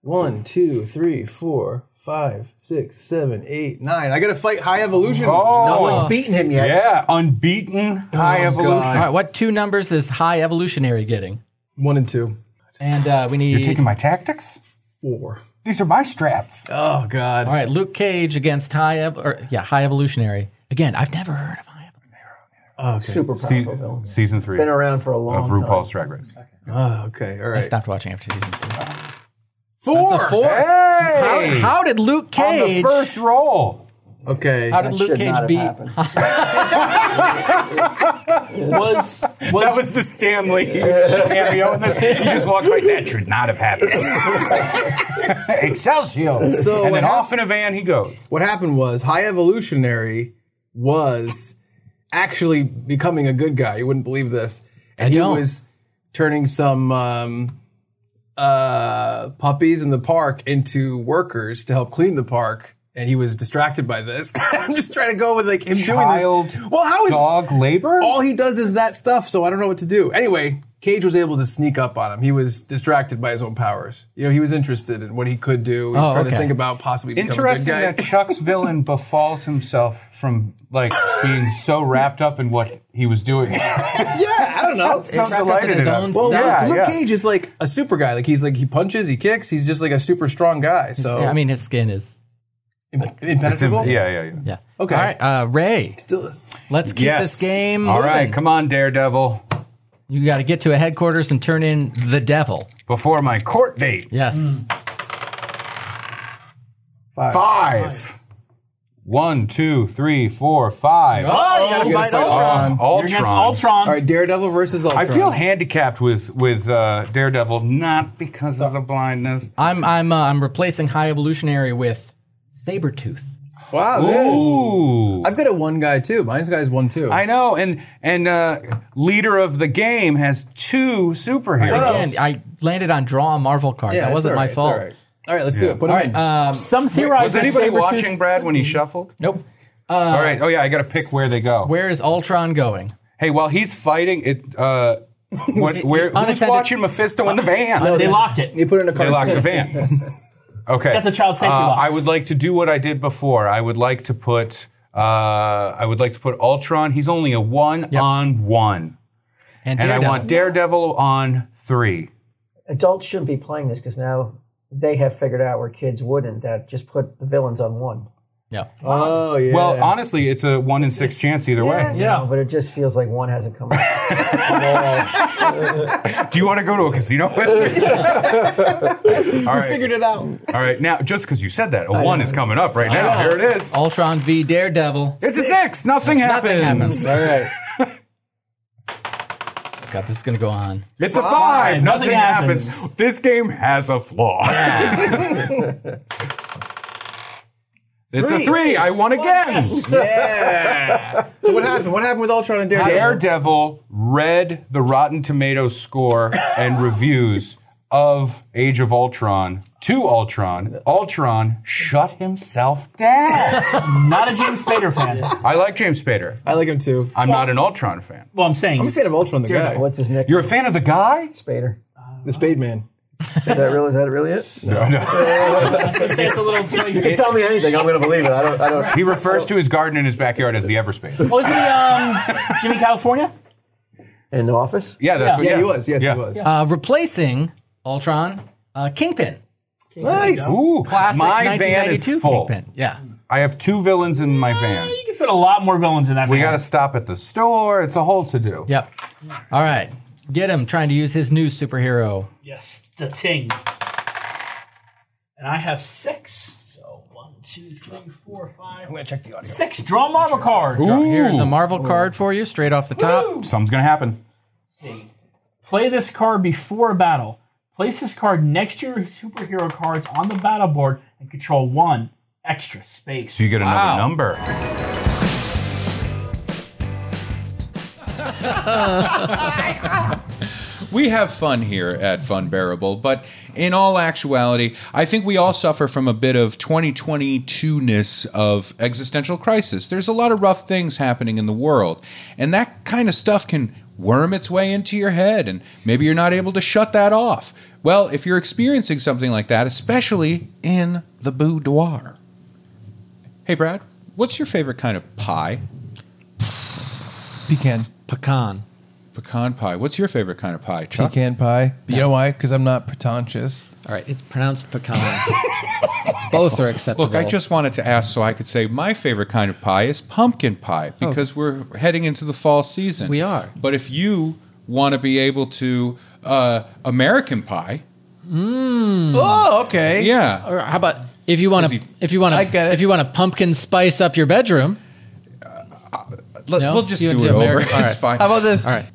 One, two, three, four, five, six, seven, eight, nine. I gotta fight high evolution. No one's beaten him yet. Oh. Yeah, unbeaten high Oh, evolution. God. All right. What two numbers is high evolutionary getting? One and two. And uh, we need. You're taking my tactics. Four. These are my strats. Oh god. all right. Luke Cage against high. Ev- or, yeah, high evolutionary. Again, I've never heard of high. evolutionary. Super Se- powerful villain. season three Been around for a of long time. RuPaul's Drag Race. Oh, okay. All I right. stopped watching after season two. Four. That's a four. Hey, How did Luke on the Cage? first roll. Okay. how did should Luke Cage not have beat? happened. Was was That was the Stanley cameo in this. You just walked like that should not have happened. Excelsior. So and what then hap- off in a van he goes. what happened was high evolutionary was actually becoming a good guy. You wouldn't believe this. And he don't. was turning some um, uh, puppies in the park into workers to help clean the park. And he was distracted by this. I'm just trying to go with like him doing Child this. Well, how is Dog labor? all he does is that stuff? So I don't know what to do. Anyway, Cage was able to sneak up on him. He was distracted by his own powers. You know, he was interested in what he could do. He was Oh, trying okay. to think about possibly becoming Interesting a good guy. that Chuck's villain befalls himself from like being so wrapped up in what he was doing. yeah, I don't know. I'm delighted his in him. own Well, stuff. Yeah, Luke, Luke yeah. Cage is like a super guy. Like he's like he punches, he kicks. He's just like a super strong guy. So Oh, I mean, his skin is. im- impenetrable. yeah, yeah. Yeah. Okay. All right, uh, Ray. Still is. Let's keep this game. All moving. right, come on, Daredevil. You got to get to a headquarters and turn in the devil. Before my court date. Yes. Five. One, two, three, four, five. Uh, oh, you gotta You gotta fight fight Ultron. Ultron. You're against Ultron. All right, Daredevil versus Ultron. I feel handicapped with with uh, Daredevil, not because of the blindness. I'm I'm uh, I'm replacing high evolutionary with Sabretooth. wow. man. Ooh, I've got a one guy too. Mine's guy's one too. I know. And and uh, leader of the game has two superheroes. Again, I landed on draw a Marvel card. yeah, that it's wasn't all my right, it's all fault. right. All right, let's do it. Put him in. Some theorize Was that anybody Sabretooth- watching Brad when he shuffled? Nope. All right. Oh yeah, I got to pick where they go. Where is Ultron going? Hey, while he's fighting, it. Uh, what, where, who's Unattended- watching Mephisto in the van? They locked it. you put it in a They card. locked the van. Okay. That's a child safety Uh, box. I would like to do what I did before. I would like to put. Uh, I would like to put Ultron. He's only a one on one, And, and I Daredevil. want Daredevil on three. Adults shouldn't be playing this because now they have figured out where kids wouldn't. That just put the villains on one. Yeah. Oh yeah. Well, honestly, it's a one in six chance either way. Yeah. But it just feels like one hasn't come. up. Do you want to go to a casino with me? All right. figured it out. All right. Now, just because you said that, a one is coming up right now. Here it is. Ultron v Daredevil. It's a Oh, six. Nothing happens. Nothing happens. All right. God, this is gonna go on. It's a five. Nothing, Nothing happens. happens. This game has a flaw. it's a three. I won again. Yeah. so what happened? What happened with Ultron and Daredevil? Daredevil read the Rotten Tomatoes score and reviews of Age of Ultron to Ultron. Ultron shut himself down. Not a James Spader fan. I like James Spader. I like him too. I'm not an Ultron fan. Well, I'm saying. I'm a fan of Ultron, the guy, What's his nickname? You're a fan of the guy? Spader. the Spade Man. Is that really? Is that really it? No. it's a little You tell me anything, I'm going to believe it. I don't. I don't. He refers to his garden in his backyard as the Everspace. Oh, What was he, Oh, um, Jimmy California? In the office. Yeah, that's what Yeah, he was. Yes, Yeah. he was. Uh, replacing Ultron, uh, Kingpin. Nice. Ooh, Classic my van 1992 is full. Kingpin. Yeah. I have two villains in my van. You can fit a lot more villains in that. We van. got to stop at the store. It's a whole to do. Yep. All right. Get him trying to use his new superhero. Yes, the ting. And I have six. So one, two, three, four, five. I'm gonna check the audio. Six. Draw a Marvel card. Drop- Here's a Marvel card for you straight off the top. Something's gonna happen. Play this card before a battle. Place this card next to your superhero cards on the battle board and control one extra space. So you get another Wow. number. we have fun here at Fun Bearable, but in all actuality, I think we all suffer from a bit of 2022 ness of existential crisis. There's a lot of rough things happening in the world, and that kind of stuff can worm its way into your head, and maybe you're not able to shut that off. Well, if you're experiencing something like that, especially in the boudoir. Hey, Brad, what's your favorite kind of pie? Pecan. Pecan. Pecan pie. What's your favorite kind of pie, Chuck? Pecan pie. You know why? Because I'm not pretentious. All right, it's pronounced pecan. Both are acceptable. Look, I just wanted to ask so I could say my favorite kind of pie is pumpkin pie because we're heading into the fall season. Oh. We are. But if you want to be able to uh, American pie, Oh, okay. yeah, Or how about if you want Is to he- if you want I get to it. if you want to pumpkin spice up your bedroom? Let, No? we'll just You do do it over. American- It's fine. How about this? All right.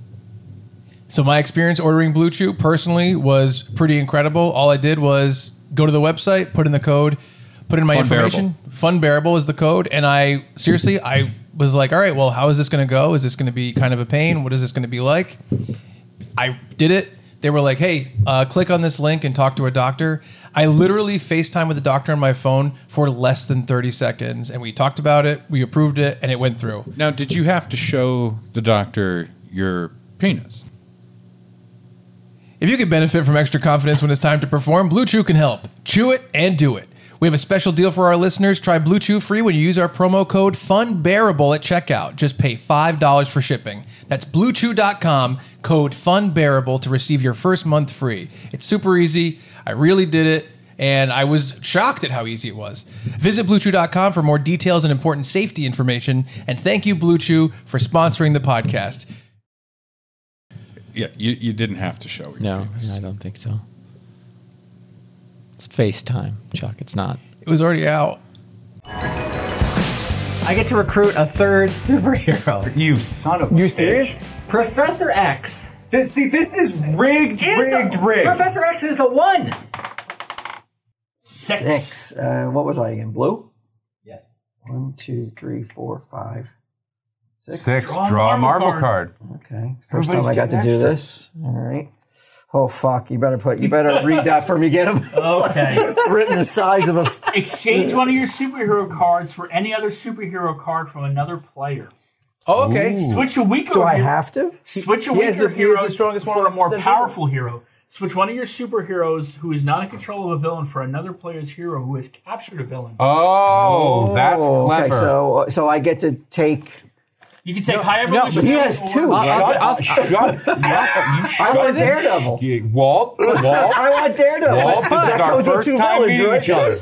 So my experience ordering Blue Chew personally was pretty incredible. All I did was go to the website, put in the code, put in my Fun information. Fun bearable is the code, and I seriously I was like, all right, well, how is this going to go? Is this going to be kind of a pain? What is this going to be like? I did it. They were like, hey, uh, click on this link and talk to a doctor. I literally FaceTime with the doctor on my phone for less than 30 seconds, and we talked about it, we approved it, and it went through. now, did you have to show the doctor your penis? If you can benefit from extra confidence when it's time to perform, Blue Chew can help. Chew it and do it. We have a special deal for our listeners. Try Blue Chew free when you use our promo code FUNBEARABLE at checkout. Just pay $5 for shipping. That's bluechew.com, code FUNBEARABLE to receive your first month free. It's super easy. I really did it. And I was shocked at how easy it was. Visit BlueChew.com for more details and important safety information. And thank you, Blue Chew, for sponsoring the podcast. Yeah, you, you didn't have to show your No, penis. I don't think so. It's FaceTime, Chuck. It's not. It was already out. I get to recruit a third superhero. You son of a You serious? Professor X. This, see, this is rigged, rigged, rigged. Professor X is the one. Six. Six. Uh, what was I again? Blue? Yes. One, two, three, four, five. Six, Draw a draw, a Marvel Marvel card. Okay. First Everybody's time I got to getting extra. do this. All right. Oh fuck! You better put. You better read that for me. Get him. Okay. it's written the size of a. Exchange one of your superhero cards for any other superhero card from another player. Oh, okay. Switch a weaker. Do I hero- have to? Switch a He weaker has the- he hero has the strongest one for on a the- more the- powerful hero. Switch one of your superheroes who is not in control of a villain for another player's hero who has captured a villain. Oh, that's Oh, clever. Okay, so so I get to take. you can take high no, evolution. But he has two. Shut right? up, shut up. I want Daredevil. You- Walt, Walt, I want Daredevil. Walt, this is That's how our we do first two time villains, meeting right? each other.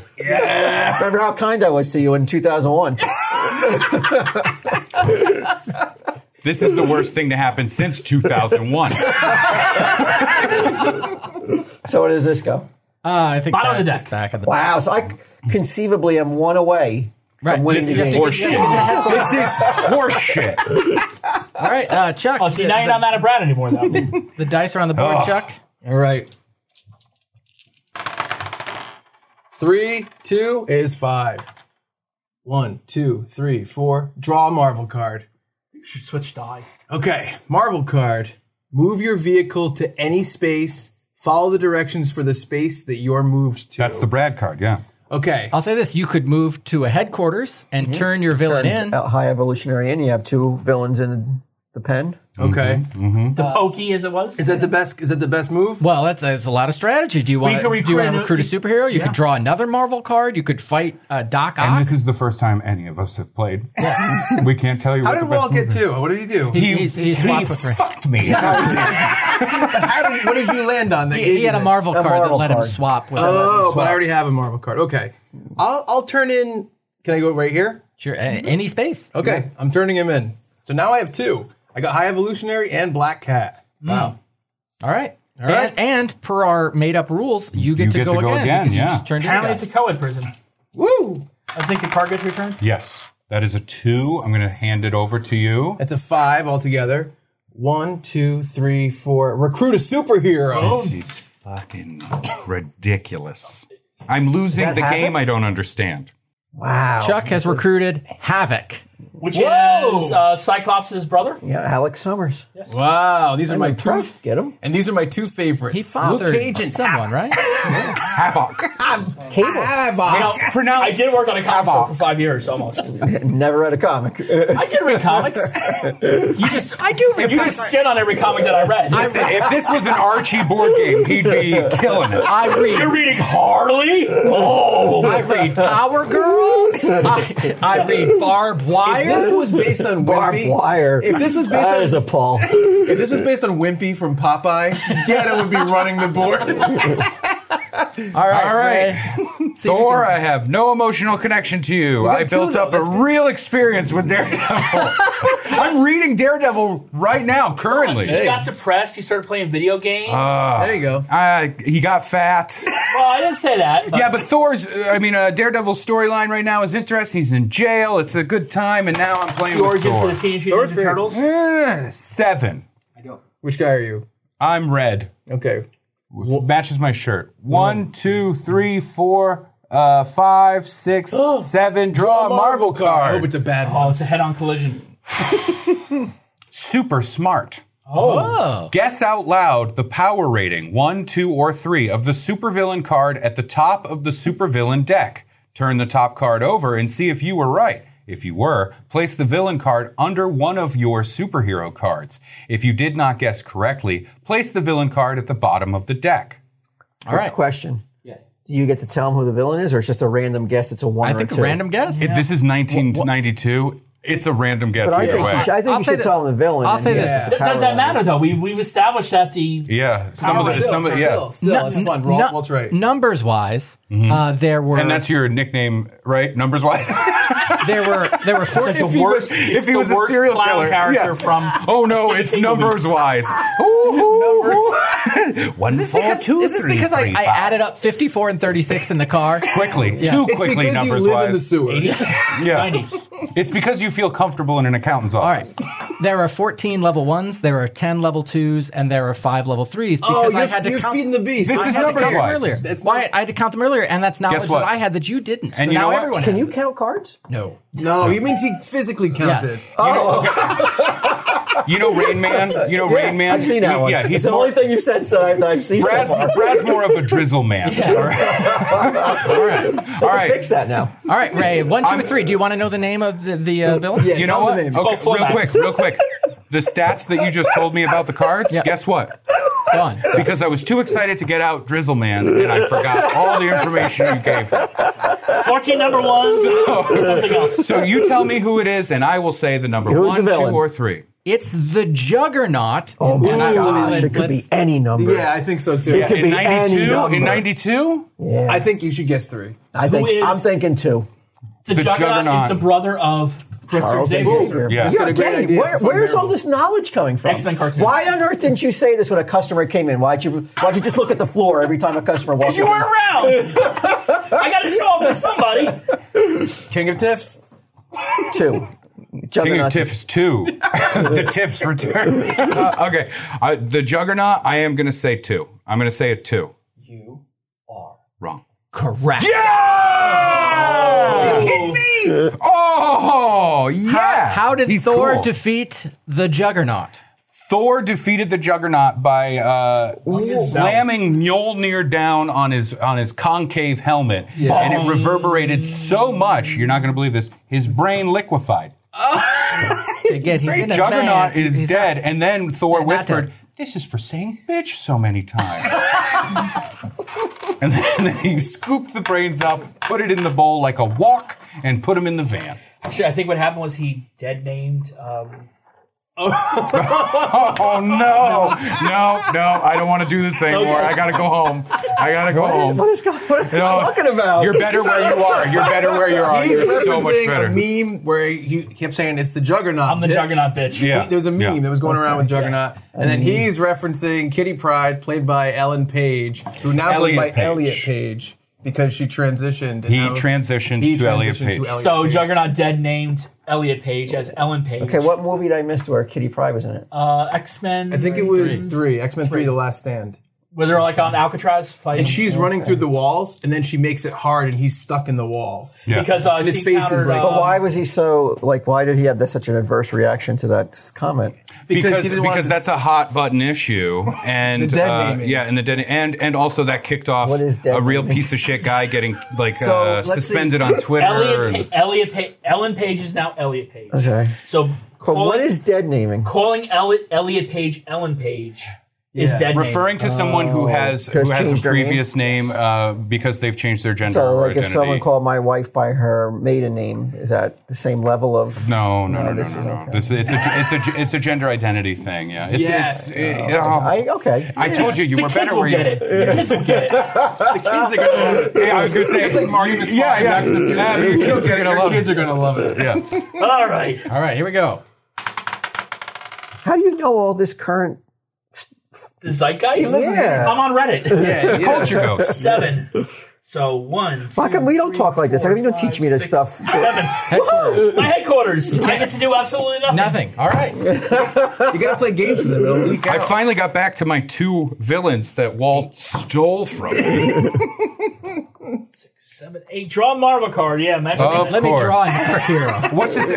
Remember how kind I was to you in 2001. This is the worst thing to happen since 2001. So where does this go? Ah, I think Bottom of the back- deck. back of the Wow. So I conceivably am one away Right. from winning This the is game. horseshit. This is horseshit. All right, uh, Chuck. Oh, see, the, now you're not mad at Brad anymore, though. the dice are on the board, Chuck. All right. Three, two is five. One, two, three, four. Draw a Marvel card. you should switch die. Okay, Marvel card. Move your vehicle to any space. Follow the directions for the space that you're moved to. That's the Brad card, yeah. okay. I'll say this: you could move to a headquarters and turn your villain in. Out high evolutionary in. You have two villains in the pen. Okay. Mm-hmm. The pokey as Uh, it was. Is that the best? Is that the best move? Well, that's, that's a lot of strategy. Do you want could to do you recruit want to a- recruit a superhero? You Yeah. could draw another Marvel card. You could fight uh, Doc Ock. And this is the first time any of us have played. we can't tell you How what did the best Walt get move is. two? What did he do? he, he's, he's swapped with Ray. fucked me. How did- what did you land on? That He, gave he you had a that? Marvel card Marvel that let card. him swap with. Oh, but I already have a Marvel card. Okay. I'll I'll turn in. Can I go right here? Sure, a- any space. Okay, I'm turning him in. So now I have two. I got High Evolutionary and Black Cat. Wow. All right. All right. And, and per our made up rules, you get, You to, get go to go again. again, because you yeah. just turned it Apparently, in. it's a co-ed prison. Woo! I think the card gets returned. Yes, that is a two. I'm going to hand it over to you. That's a five altogether. One, two, three, four. Recruit a superhero. This is fucking ridiculous. I'm losing the happen? game I don't understand. Wow. Chuck has recruited Havoc. which Whoa! is uh, Cyclops' brother. Yeah, Alex Summers. Wow, these are my two, Christ, get him. and these are my two favorites. He fathered Luke Cage and someone, right? Now, I did work on a comic book for five years almost. Never read a comic. I did read comics. You just, I do read. You just shit on every comic that I read. Listen, if this was an Archie board game, he'd be killing it. I read. You're reading Harley? Oh, I read Power Girl. I, I read Barbed If this Wire. was based on Barbed Wimpy, wire. if this was based that on- is a Paul. if this was based on Wimpy from Popeye, Dana would be running the board. All right, All right. Thor, I have no emotional connection to you. I got two, built though. up a That's good. real experience with Daredevil. I'm reading Daredevil right now, currently. he got depressed. He started playing video games. there you go. Uh, he got fat. well, I didn't say that. but- Yeah, but Thor's, uh, I mean, uh, Daredevil's storyline right now is interesting. He's in jail. It's a good time, and now I'm playing the with origin Thor. for the Teenage Mutant Ninja Turtles. Eh, seven. Which guy are you? I'm red. Okay. matches my shirt. One, two, three, four, uh, five, six, seven. Draw a Marvel I hope card. it's a bad one. Oh, it's a head-on collision. Super smart. Oh, Guess out loud the power rating, one, two, or three, of the supervillain card at the top of the supervillain deck. Turn the top card over and see if you were right. If you were, place the villain card under one of your superhero cards. If you did not guess correctly, place the villain card at the bottom of the deck. all right. Question. Yes. Do you get to tell him who the villain is, or it's just a random guess? It's a one I or think a a two? random guess. It- this is 1992. It's a random guess But I either think, way. you should, I think I'll you say should this. tell him the villain. I'll and say he this. has Th- the does power that matter rating. though? We we've established that the Yeah, some of it, Still, Oh, some of it, still, yeah. still, it's fun. Roll, that's right. Numbers wise, uh, there were Mm-hmm. And that's your nickname, right? Numbers wise. there were there were four. the worst. if he the was a worst serial clown killer, yeah. character from. Oh no, it's numbers wise. One, Is this because, two, is this three, because three, I, I five. added up 54 and 36 in the car? quickly, too It's quickly because you numbers live in the wise. sewer. yeah. 90. It's because you feel comfortable in an accountant's All office. right. There are 14 level ones, there are 10 level twos, and there are five level threes because I Oh, you're- had to you're count. feeding the beast. This I is had to numbers count them wise. earlier. That's Why I had to count them earlier, and that's knowledge what? that I had that you didn't. So And you now know what? everyone Can has you count cards? it. no. No, he means he physically counted. Oh, You know Rain Man? You know Rain Man? I've seen that He- one. Yeah, he's it's the more, only thing you said that I've, that I've seen. Brad's, so far. Brad's more of a drizzle man. All right. Fix that now. All right, Ray. One, two, three. Do you want to know the name of the, the uh, villain? Yeah, You tell know him what? the name. Okay, Full real max. quick, real quick. The stats that you just told me about the cards, guess what? Go on. Because I was too excited to get out Drizzle Man and I forgot all the information you gave. me. 14 number one. something else. So you tell me who it is and I will say the number Who's the one, two, villain? or three. It's the Juggernaut. Oh my Gosh, it could be any number. Yeah, I think so too. It could in be any 92? number. In 92? I think you should guess three. I think is- I'm thinking two. The, The juggernaut, Juggernaut. is the brother of Christopher Charles Xavier. Xavier. Yeah. Just got a great Again, idea. where, from where's Marvel. all this knowledge coming from? X-Men cartoon. Why on earth didn't you say this when a customer came in? Why'd you Why'd you just look at the floor every time a customer walked? You in? weren't around. I got to show up for somebody. King of Tiffs? King two. of Juggernaut. Tiffs 2. the Tiffs return. Uh, okay. I, the Juggernaut, I am going to say two. I'm going to say a two. You are wrong. correct. Yeah! Are you kidding me? Oh, yeah. How did He's Thor cool. defeat the Juggernaut? Thor defeated the Juggernaut by uh, slamming Mjolnir down on his on his concave helmet, and it reverberated so much. You're not going to believe this. His brain liquefied. Again, he's in a Juggernaut van. is He's dead, and then Thor not whispered, dead. "This is for saying bitch so many times." and, then, then he scooped the brains up, put it in the bowl like a wok, and put him in the van. Actually, I think what happened was he dead named. Um, Oh no, no, no! I don't want to do this anymore. I gotta go home. I gotta go home. What is going? What are you No, talking about? You're better where you are. You're better where you are. He's Oh, You're so much referencing better. a meme where he kept saying it's the Juggernaut. I'm the bitch. juggernaut bitch. Mm-hmm. Yeah. He- There was a meme Yeah. that was going around with Juggernaut, and then he's referencing Kitty Pride, played by Ellen Page, who now Elliot goes by Page. Elliot Page because she transitioned. and He now- transitioned he to Elliot transitioned Page. So Page. Juggernaut dead named Elliot Page as Ellen Page. Okay, what movie did I miss where Kitty Pryde was in it? Uh, X Men. I think it was three X Men Three: The Last Stand. where they're like on Alcatraz fighting, And she's running through the walls, and then she makes it hard, and he's stuck in the wall. because uh, And his she face is encountered, like- uh, But But why was he so like? Why did he have that, such an adverse reaction to that s- comment? because he because, didn't want to- that's a hot button issue, and The dead uh, naming. yeah, and the dead and and also that kicked off What is dead a real naming? piece of shit guy getting like So, uh, let's see. suspended on Twitter. Elliot, and- pa- Elliot, pa- Ellen Page is now Elliot Page. Okay. So, But calling- what is dead naming? calling Elliot, Elliot Page Ellen Page is Yeah. dead. referring to someone who has who Has has a changed their name? previous name, uh, because they've changed their gender So or like, if identity. someone called my wife by her maiden name, is that the same level of? no, no, no, no, this no, is no. okay. This, it's a it's a it's a gender identity thing. Yeah, it's, Yes. it's, it- oh. I, I okay. told you you the were kids better will where get you. it. The kids will get it. The kids are gonna. Yeah, I was gonna say, It's like Marty McFly yeah, yeah, Back to the Future. Yeah, your your kids are gonna love kids it. are gonna love it. Yeah. All right. All right, here we go. How do you know all this current? The zeitgeist. Yeah. I'm on Reddit. Yeah, yeah. Culture goes. Seven. So one. How come we don't talk like this? How come you don't teach me this stuff? Seven. Headquarters. My headquarters. I get to do absolutely nothing. Nothing. All right. You gotta play games with them. It'll leak I out. finally got back to my two villains that Walt stole from. me. Seven, eight. Draw a Marvel card. Yeah, imagine. Of Let me course. draw another hero. What's his?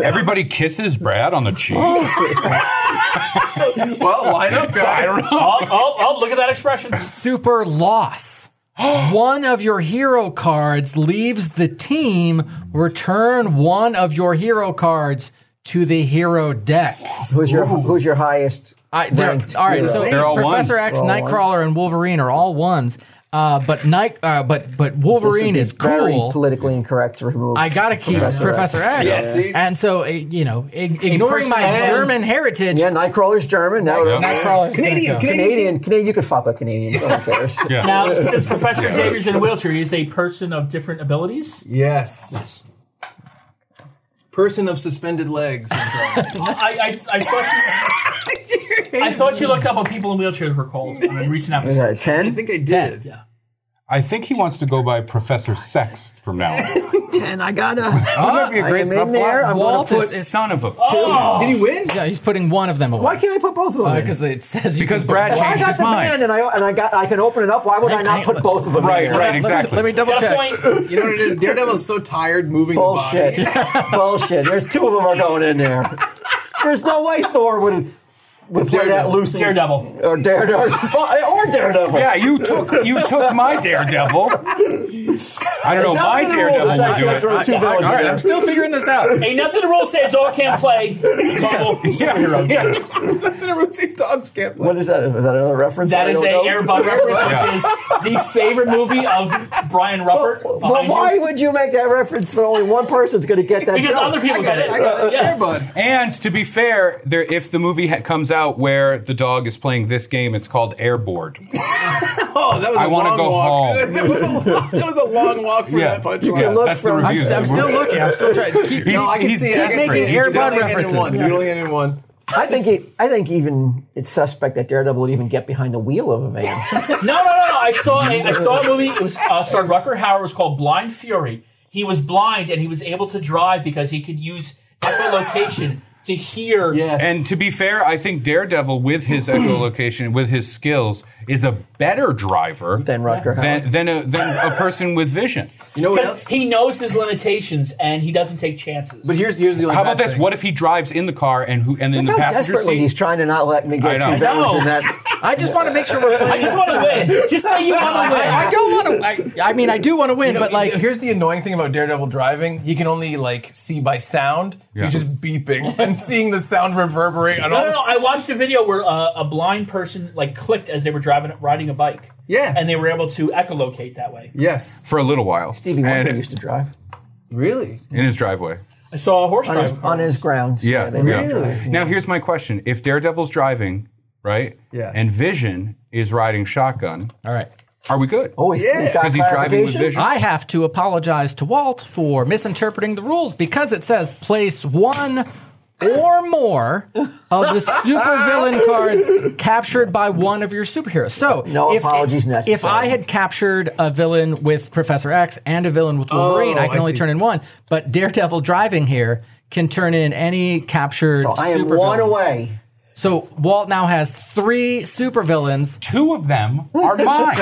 Everybody kisses Brad on the cheek. I well, line up, guy. don't know. Oh, oh, oh, look at that expression. Super loss. One of your hero cards leaves the team. Return one of your hero cards to the hero deck. Who's your Who's your highest? I, they're, Ranked. all right, so They're all Professor ones. X, They're all Nightcrawler, and Wolverine are all ones. Uh, but Night, uh, but but Wolverine This is would be very cool. Politically incorrect to remove. I gotta keep Professor, X. Yeah, see? And so, uh, you know, ig- ignoring my Impersonate. German heritage, yeah, Nightcrawler's German. Now Nightcrawler's gonna Canadian, go. Canadian. Canadian, Canadian. You can fop a Canadian. No one cares. Now, since Professor Xavier's in a wheelchair, he's a person of different abilities. Yes. Person of suspended legs. I, I, I thought you. I thought you looked up what people in wheelchairs were called on a recent Is episode. that ten? I think I did. I think he wants to go by Professor Sex from now on. Ten. I gotta. That would be a I am great in subplot. there. I'm Walt gonna is- put. is- Son of a. Did he win? Yeah, he's putting one of them away. why can't I put both of them? in? Because it says you Because can put Brad both. Well, I changed got his the man, mind. and I and I got I can open it up. Why would I, not put both of them? Right, in there? right, exactly. Let me double Got a check. point. You know what it is? Daredevil's so tired moving Bullshit. the body. Bullshit. There's two of them are going in there. There's no way Thor would would play that Daredevil. Lucy Daredevil. or Daredevil or Daredevil. Yeah, you took you took my daredevil. I don't know. My Nothing in the rules daredevil attacks will do you it. throw two All villains in right, there. I'm still figuring this out. Ain't nothing the rules say a dog can't play. Marvel. Yeah, yeah. Nothing a routine dogs can't play. What is that? Is that another reference? That I is don't a know? Airbud reference, which is the favorite movie of Brian Ruppert. But behind you. why would you make that reference that only one person's going to get that? Because joke? other people get it. I got it. Yeah. Airbud. And to be fair, there if the movie ha- comes out where the dog is playing this game, it's called Airboard. Oh, that was I a wanna long go walk. home. that, was a long, that was a long walk for Yeah, that yeah, punchline. look that's the from- I'm, review. I'm still looking. I'm still trying to keep. He's- No, I can he's see it. I can desperate. see it. making You Air can Bud only get in references. one. You can only get in one. I think it, I think even it's suspect that Daredevil would even get behind the wheel of a van. No, no, no, no. I saw a, I saw a movie. It was uh, starred Rucker Hauer. It was called Blind Fury. He was blind and he was able to drive because he could use echolocation to hear. Yes. And to be fair, I think Daredevil, with his echolocation, with his skills, is a better driver Then Rutger Hauer. than than a, than a person with vision. you know what Because else? he knows his limitations and he doesn't take chances. But here's here's the only How bad about this? thing. What if he drives in the car and who and then the How passenger desperately seat? he's trying to not let me I get know. two villains in I know. that. I just want to make sure we're. I just want to win. Just say you want to win. I don't want to. I, I mean, I do want to win, but like, here's the annoying thing about Daredevil driving. He can only like see by sound. Yeah. He's just beeping and seeing the sound reverberate on all. No, no, no. the- I watched a video where uh, a blind person like clicked as they were driving, riding a bike. Yeah. and they were able to echolocate that way. yes. for a little while, Stevie Wonder And- used to drive Really? in his driveway. I saw a horse on his, drive on his grounds. Yeah, they yeah. would drive. Now here's my question: If Daredevil's driving, right? Yeah. And Vision is riding shotgun, all right. are we good? Oh, he's, Yeah, he's got because he's driving with clarification? Vision. I have to apologize to Walt for misinterpreting the rules because it says place one or more of the supervillain cards captured by one of your superheroes. So, No apologies necessary. If I had captured a villain with Professor X and a villain with Wolverine, Oh, I can I only see. turn in one. But Daredevil driving here can turn in any captured. So I am supervillains. one away So Walt now has three supervillains. Two of them are mine.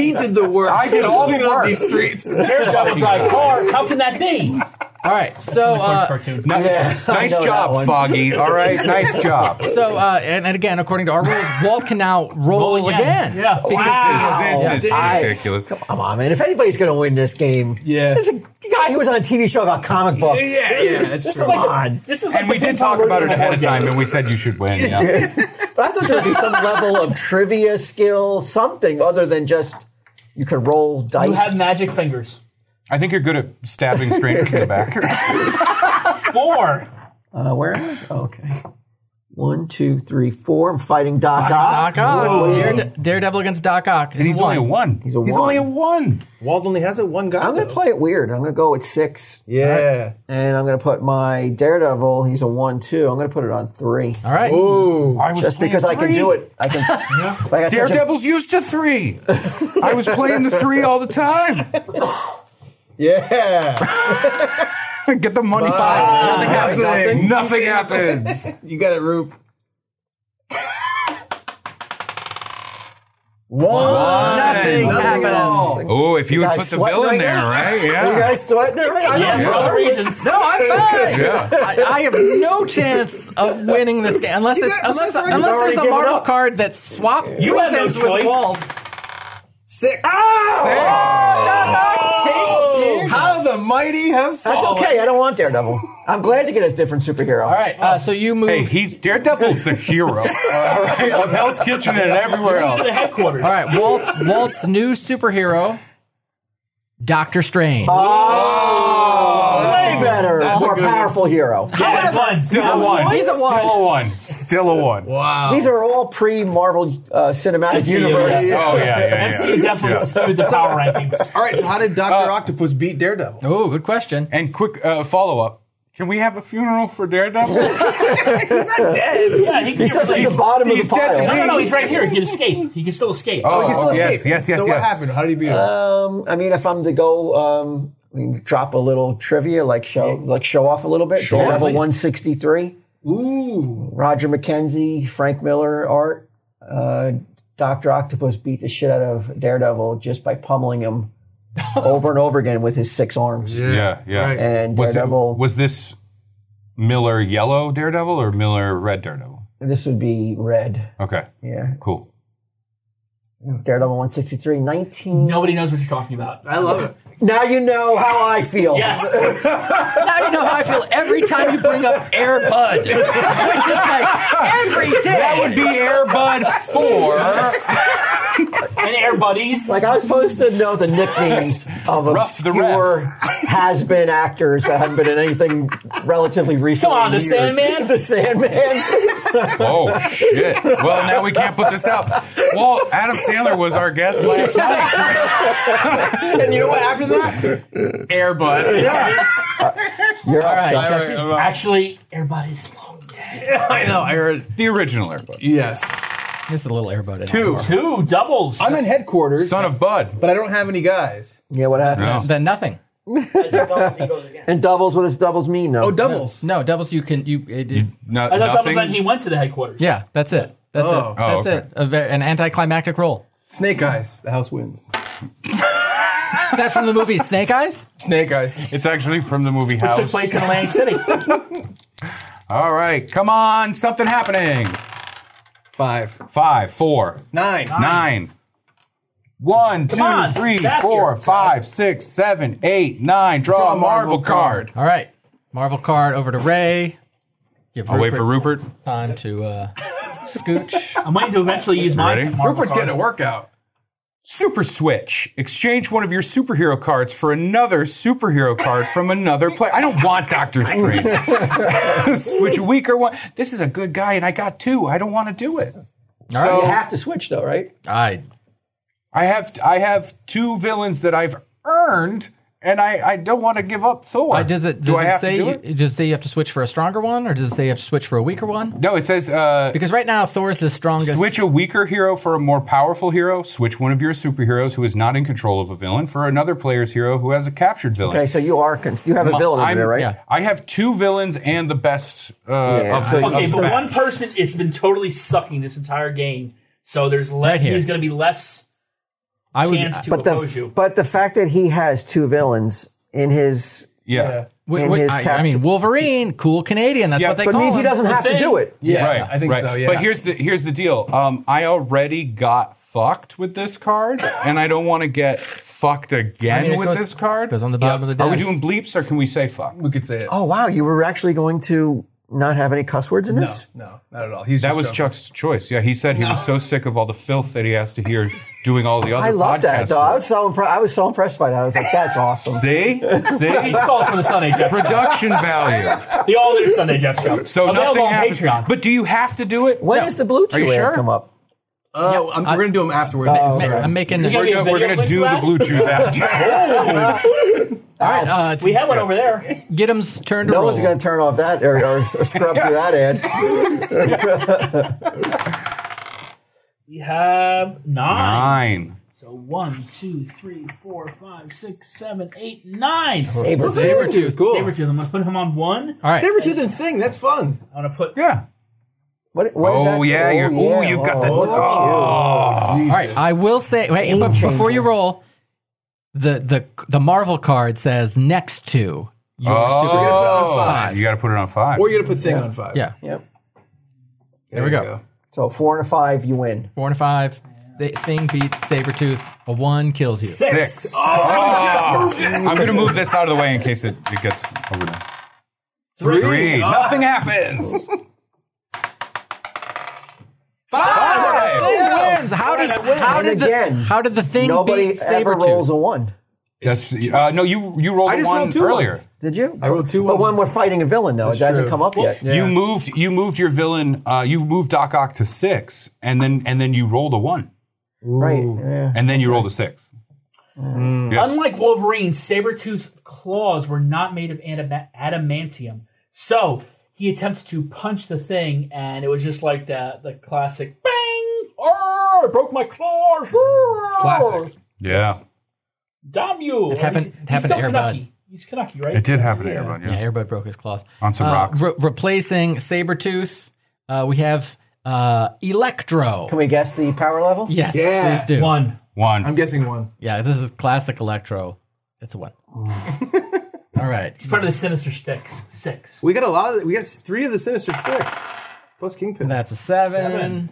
He did the work. I did all the Cleaning up work. these streets. Daredevil drive car. How can that be? All right. So uh, cartoon. Ni- nice know that job, one. Foggy. All right, nice job. so uh, and, and again, according to our rules, Walt can now roll, Roll again. again. Yeah. This Wow. is, this I- is ridiculous. Come on, man. If anybody's going to win this game, Yeah. it's a guy who was on a TV show about comic books. Yeah, yeah, that's Come true. on. This is like And we the did Pokemon talk about it version ahead of board time, game. and we said you should win. Yeah. But I thought there would be some level of trivia skill, something other than just you could roll dice. You have magic fingers. I think you're good at stabbing strangers in the back. Four. Uh, where am I? Oh, okay. One, two, three, four. I'm fighting Doc Ock. Doc Ock, Darede- Daredevil against Doc Ock. And he's only a one. a He's one. only a one. Walt only has it one guy. I'm going to though. play it weird. I'm going to go with six. Yeah. And I'm going to put my Daredevil, he's a one, two. I'm going to put it on three. All right. I was Just playing because I can three. do it. I can. if I got such a- Daredevil's used to three. I was playing the three all the time. Yeah. Get the money back. Nothing. Nothing happens. You got it, Roop. One. nothing, Nothing at all. Oh, if you would guys put the sweating villain right there, now? right? You Yeah. guys sweating it right? I Yeah, don't for know. other reasons. No, I'm fine. Yeah. I, I have no chance of winning this game unless it's, got- unless that's already- unless there's already a given Marvel up. card that swap You have no presents with choice. Walt. Six. All How the mighty have That's fallen. okay. I don't want Daredevil. I'm glad to get a different superhero. right, uh, so you move. Hey, he's Daredevil's the hero all right, of Hell's Kitchen and everywhere To else. the headquarters. All right, Walt, Walt's new superhero, Doctor Strange. Uh, Way better, That's a more good powerful hero. Yeah, one. Still a one. He's a one. Still a one. Still a one. These are all pre-Marvel uh, cinematic MCU, universe. yeah. Oh yeah, yeah, yeah. MCU definitely skewed the power rankings. All right, so how did Uh, Dr. Octopus beat Daredevil? Oh, good question. And quick uh, follow up. Can we have a funeral for Daredevil? Yeah, he can He's just at the he's- bottom of the he's dead to No, me. me. no, no, he's right here. He can escape. He can still escape. Oh, he still yes, escaped. yes, yes, So yes. what happened? How did he beat him? Um, I mean, if I'm to go, um, we can drop a little trivia, like show, like show off a little bit. Daredevil please. 163. Ooh. Roger McKenzie, Frank Miller art. Uh, Doctor Octopus beat the shit out of Daredevil just by pummeling him over and over again with his six arms. Yeah, yeah. Right. And Was, it, Daredevil. was this Miller yellow Daredevil or Miller red Daredevil? this would be red. Okay, Yeah, cool. Daredevil 163, 19. Nobody knows what you're talking about. I love it. Now you know how I feel. Yes. Now you know how I feel every time you bring up Air Bud, which is like every day. That would be Airbud 4. And Air Buddies. Like I was supposed to know the nicknames of Rough the obscure has-been actors that haven't been in anything relatively recent. Come on, the years. Sandman? The Sandman. Oh, shit. Well, now we can't put this out. Well, Adam Sandler was our guest last night. And you know what? After that, Airbud. You're up, Chuck. all right, all right. Actually, Air Bud is long dead. I know. I heard. The original Airbud. Yes. This is a little Air Bud. in it. Two. Two doubles. I'm in headquarters, Son of Bud. but I don't have any guys. Yeah, what happened? No. Then nothing. And doubles. What does doubles mean? No. Oh, doubles. No doubles. You can you. It, it, No, I thought doubles nothing. meant he went to the headquarters. yeah, that's it. That's Oh. it. That's Oh, okay. it. A very, an anticlimactic roll. Snake Eyes. The house wins. Is that from the movie Snake Eyes? Snake Eyes. It's actually from the movie House. Took place in Atlantic City. All right, come on. Something happening. Five. Five, four, Nine. nine. One, two, on, three, that's four, your- five, six, seven, eight, nine. Draw, a Marvel, card. All right. Marvel card over to Ray. Give I'll wait for Rupert. time to uh, scooch. I'm waiting to eventually use my. ready? Marvel Rupert's card. getting a workout. Super Switch. Exchange one of your superhero cards for another superhero card from another player. I don't want Doctor Strange. Switch a weaker one. This is a good guy, and I got two. I don't want to do it. You So have to switch though, right? I I have I have two villains that I've earned and I, I don't want to give up Thor. Uh, does it, does do I it have say to do you, it? does it say you have to switch for a stronger one, or does it say you have to switch for a weaker one? No, it says uh, Because right now Thor's the strongest. switch a weaker hero for a more powerful hero. Switch one of your superheroes who is not in control of a villain for another player's hero who has a captured villain. Okay, so you are con- you have a villain I'm- in there, right? yeah. I have two villains and the best uh, of, so- of Okay, the but best. one person has been totally sucking this entire game, so there's le- Right here. he's going to be less I would. chance to But oppose the you. but the fact that he has two villains in his yeah. w- in w- his I, I caption- mean, Wolverine, cool Canadian. That's Yeah, what they but call means he him. doesn't have to thing. do it. Yeah, right. I think right. so. Yeah, But here's the here's the deal. Um, I already got fucked with this card, and I don't want to get fucked I again mean, it with goes- this card. goes on the bottom of the Are we deck. doing bleeps or can we say fuck? we could say it. Oh wow, you were actually going to not have any cuss words in no, this? no, not at all. He's That just was joking. Chuck's choice. Yeah, he said he was so sick of all the filth that he has to hear doing all the other. I loved podcasts. that though. I was so impre- I was so impressed by that. I was like, that's awesome. See, He see, stole it from the Sun Age Jeff Show. production value. The all new Sun Age Jeff Show. So nothing Available on happens. Patreon. But do you have to do it? When does the blue Are you chew ad sure? come up? Oh, I'm, we're gonna do him afterwards. I'm sorry. I'm making. You gotta We're be a gonna, we're video gonna clip do the for that? blue chews after. Uh, We have one over there. get him's turn to No roll. one's going to turn off that or, or scrub through that ad. We have nine. Nine. So one, two, three, four, five, six, seven, eight, nine. Sabretooth, cool. Sabretooth. I'm gonna put him on one. All right. Sabretooth and Thing, that's fun. I'm gonna put Yeah. What, what is Oh that? yeah, you're, oh, you've got the. Oh, Jesus. All right, I will say. Wait, Game but before changer. you roll, the the the Marvel card says next to your Oh. super. Put it on five. you got to put it on five. Or you're gonna put Thing on five. Yeah, Yep. there we go. oh. So four and a five, you win. Four and a five. The thing beats Sabretooth. A one kills you. six. I'm going to move this out of the way in case it, it gets over there. Three. Three. Oh, Nothing happens. Five. Who wins? How does how And did again, the how did the thing Nobody beat ever rolls Sabretooth? a one. That's uh, no. You you rolled I a just one rolled two earlier. ones. Did you? I rolled two But ones. when we're fighting a villain, though, it doesn't true. come up yet. Yeah. You moved you moved your villain. Uh, you moved Doc Ock to six, and then and then you rolled a one, Right. Yeah. and then you rolled a six. Unlike Wolverine, Sabretooth's claws were not made of adama- adamantium. So he attempted to punch the thing, and it was just like the, the classic bang! Oh, I broke my claws! Arr! Classic. Yeah, Damn you! It happened- he's, it he's happened to still Air Bud. Canucky. He's Canucky, right? it did happen to everyone. Yeah, Yeah. Airbud broke his claws. On some Uh, rocks. re- replacing Sabretooth, uh, we have uh, Electro. Can we guess the power level? Yes, Yeah. please do. One. One. I'm guessing one. Yeah, this is classic Electro. It's a one. All right. It's part of the Sinister Sticks. Six. We got a lot of. We got three of the Sinister Six, plus Kingpin. That's a seven. Seven.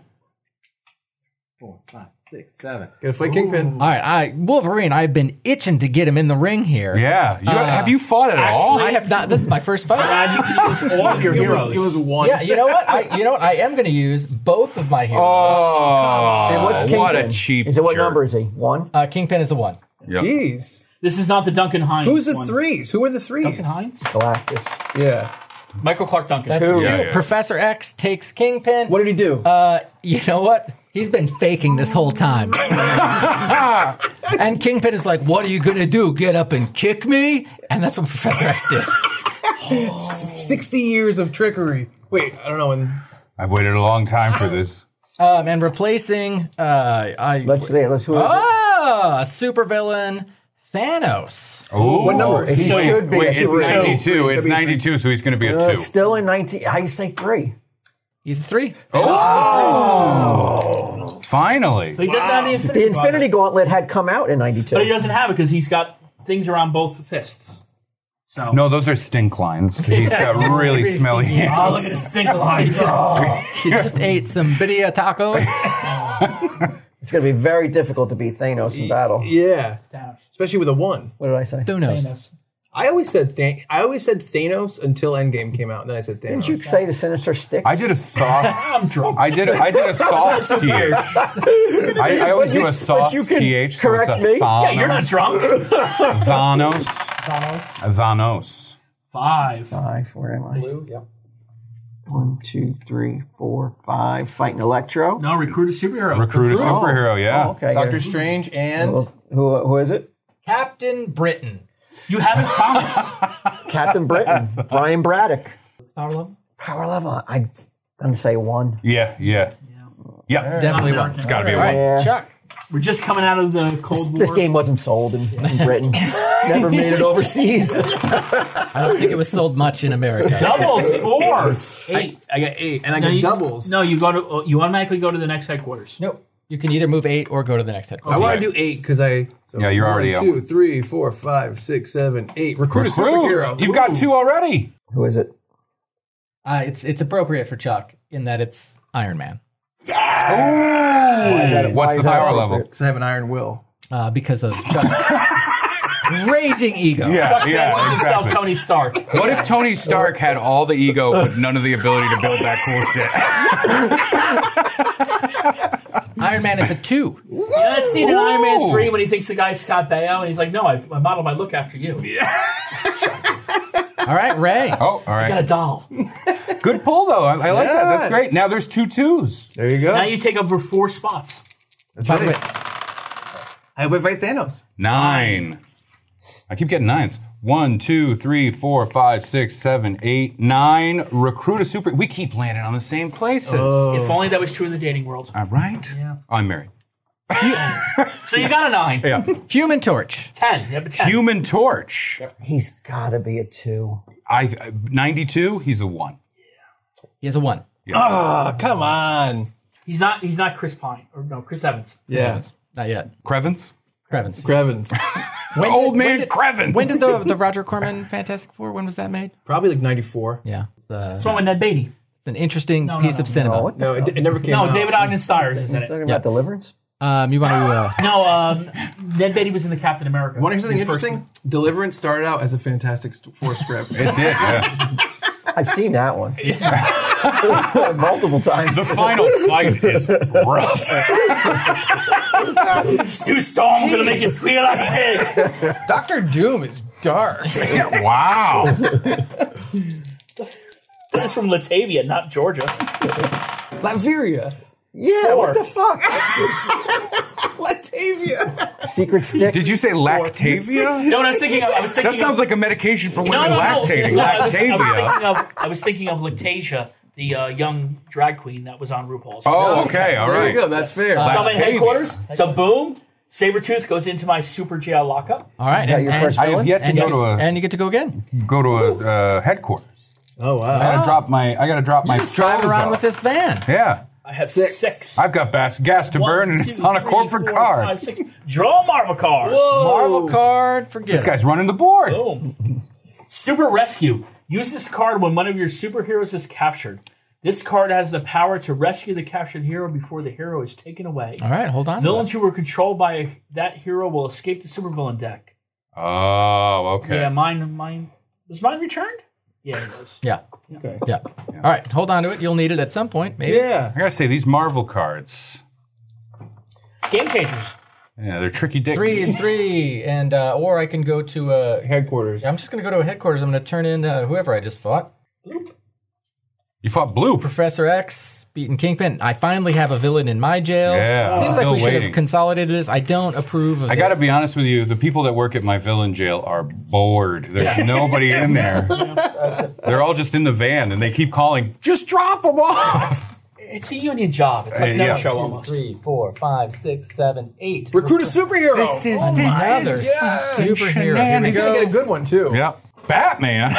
Four, five, six, seven. Gonna fight Kingpin. All right, I Wolverine. I've been itching to get him in the ring here. Oh, yeah. You, have you fought at all? I have not. This is my first fight. God, you can use all of your It was, heroes. it was one. yeah, you know what? I, you know what? I am going to use both of my heroes. Oh, And what's Kingpin? what a cheap. Is it what jerk. number is he? One? Uh, Kingpin is a one. Jeez. this is not the Duncan Hines. Who's the one. threes? Who are the threes? Duncan Hines? Galactus. Yeah. Michael Clark Duncan. Two. Yeah, yeah. Professor X takes Kingpin. What did he do? You know what? He's been faking this whole time. and Kingpin is like, "What are you going to do? Get up and kick me?" And that's what Professor X did. Sixty years of trickery. Wait, I don't know. When I've waited a long time for this. Um, and replacing, uh, I Let's see. Let's who is it? ah, supervillain Thanos. Ooh. what number? is He he? Wait, should be. wait, He it's should be. 92. It's That'd be- 92, so he's going to be a Uh, two. Still in 19. How you say three? He's a three. Finally. He doesn't have the Infinity, The Gauntlet. Infinity Gauntlet had come out in But he '92. doesn't have it because he's got things around both fists. So No, those are stink lines. He's got really smelly Oh, hands. look at his single line. Oh. She just ate some birria tacos. It's going to be very difficult to beat Thanos in battle. Yeah, especially with a one. What did I say? Thanos. I always said Than- I always said Thanos until Endgame came out, and then I said Thanos. Didn't you say the Sinister Sticks? I did a soft. I'm drunk. I did. A, I did a soft th. I, I always do a soft you can th. so it's correct a me. Thanos, Yeah, you're not drunk. Thanos. Thanos. Thanos. Five. Five. Where am I? Blue. Yep. One, two, three, four, five. Fighting Electro. No, recruit a superhero. Recruit Oh, a superhero. Yeah. Okay. Doctor yeah. Strange and Who, who is it? Captain Britain. You have his comics. Captain Britain, Brian Braddock. Power level? Power level. I, I'm going to say one. Yeah, yeah. Yeah. Definitely one. It's Gotta be a All right, one. Chuck. We're just coming out of the Cold War. This game wasn't sold in, in Britain. Never made it overseas. I don't think it was sold much in America. Doubles four. Eight. I got eight, and I No, got you- doubles. No, you go to uh, you automatically go to the next headquarters. nope. You can either move eight or go to the next head. I want to do eight because I. so Yeah, you're one, already up. Two, three, four, five, six, seven, eight. Recruit, a Crew, superhero. you've got Ooh. two already. Who is it? Uh, it's it's appropriate for Chuck in that it's Iron Man that- why What's is the that power appropriate? level? Because I have an iron will. uh, because of Chuck's raging ego. Yeah, yeah, Fancies himself exactly. Tony Stark. What if Tony Stark had all the ego but none of the ability to build that cool shit? Iron Man is a two. Yeah, that scene in Iron Man Ooh. 3 when he thinks the guy's Scott Baio and he's like, no, I, I modeled my look after you. All right, Ray. Oh, all I got a right. doll. Good pull though. I, I like that. That's great. Now there's two twos. There you go. Now you take over four spots. That's By the way, right. I would fight Thanos. Nine. I keep getting nines. One, two, three, four, five, six, seven, eight, nine. Recruit a super. We keep landing on the same places. Oh. Oh. If only that was true in the dating world. All right. Yeah. I'm married. So you got a nine. Yeah. Human Torch. Ten. You have a ten. Human Torch. He's got to be a two. I 92. He's a one. He has a one. Come on. he's not he's not Chris Pine. Or no, Chris Evans. Yeah. Not yet. Crevens. Krevins. Grevins. When Old did- when man did- Crevens. When did the, the Roger Corman Fantastic Four? When was that made? Probably like 94. Yeah, it's, uh, That's one with Ned Beatty. it's an interesting No, no, piece no. of cinema. No, it, it never came No, out. David Ogden Stiers is in it. Oh, Talking about Deliverance? Um, you want to? Uh, No, um, Ned Beatty was in the Captain America. Want to hear something The first interesting? Deliverance started out as a Fantastic St- Four script. It did. Yeah. I've seen that one. Multiple times. the final fight is rough. one. Sue Storm, I'm gonna make you squeal like a pig. Doctor Doom is dark. wow. That's from Latavia, not Georgia. Laveria. yeah, Four. what the fuck? Latavia. Secret Stick. Did you say Lactavia? No, what I was thinking of, I was thinking That of- sounds like a medication for women lactating. I, was, I Lactavia. was thinking of I was thinking of Lactasia, the uh, young drag queen that was on RuPaul's. Oh, okay. All there you go. right. That's fair. so I'm in Lactasia. headquarters. So boom, Sabretooth goes into my super jail lockup. all right, Yeah, and, your and- first I have villain? yet to and go you- to a and you get to go again. go to a uh, headquarters. oh, I wow. gotta drop my. I gotta drop my. Drive foes around up. with this van. Yeah. I have Six. six. I've got bas- gas to burn, and it's One, two, on a three, corporate four, car. five, six. Draw a Marvel card. Marvel card. Forget This guy's running the board. Oh. Boom. Super Rescue. Use this card when one of your superheroes is captured. This card has the power to rescue the captured hero before the hero is taken away. All right, hold on. to Villains who were controlled by that hero will escape the supervillain deck. Oh, okay. Yeah, mine, mine was mine returned. Yeah, it was. that. Yeah. Yeah. All right, hold on to it. You'll need it at some point, maybe. Yeah. I gotta say these Marvel cards. Game changers. Yeah, they're tricky dicks. Three and three, and uh, or I can go to a. Headquarters. I'm just going to go to a headquarters. I'm going to turn in uh, whoever I just fought. You fought Blue. Professor X beaten Kingpin. I finally have a villain in my jail. Yeah, I'm Seems like still we should have waiting. consolidated this. I don't approve of I gotta be honest with you. The people that work at my villain jail are bored. There's nobody in there. They're all just in the van, and they keep calling. Just drop them off. It's a union job. It's like Hey, another yeah. show almost. Three, four, five, six, seven, eight. Recruit a superhero. is Another superhero. Here we He's going to go. get a good one, too. Yeah, Batman.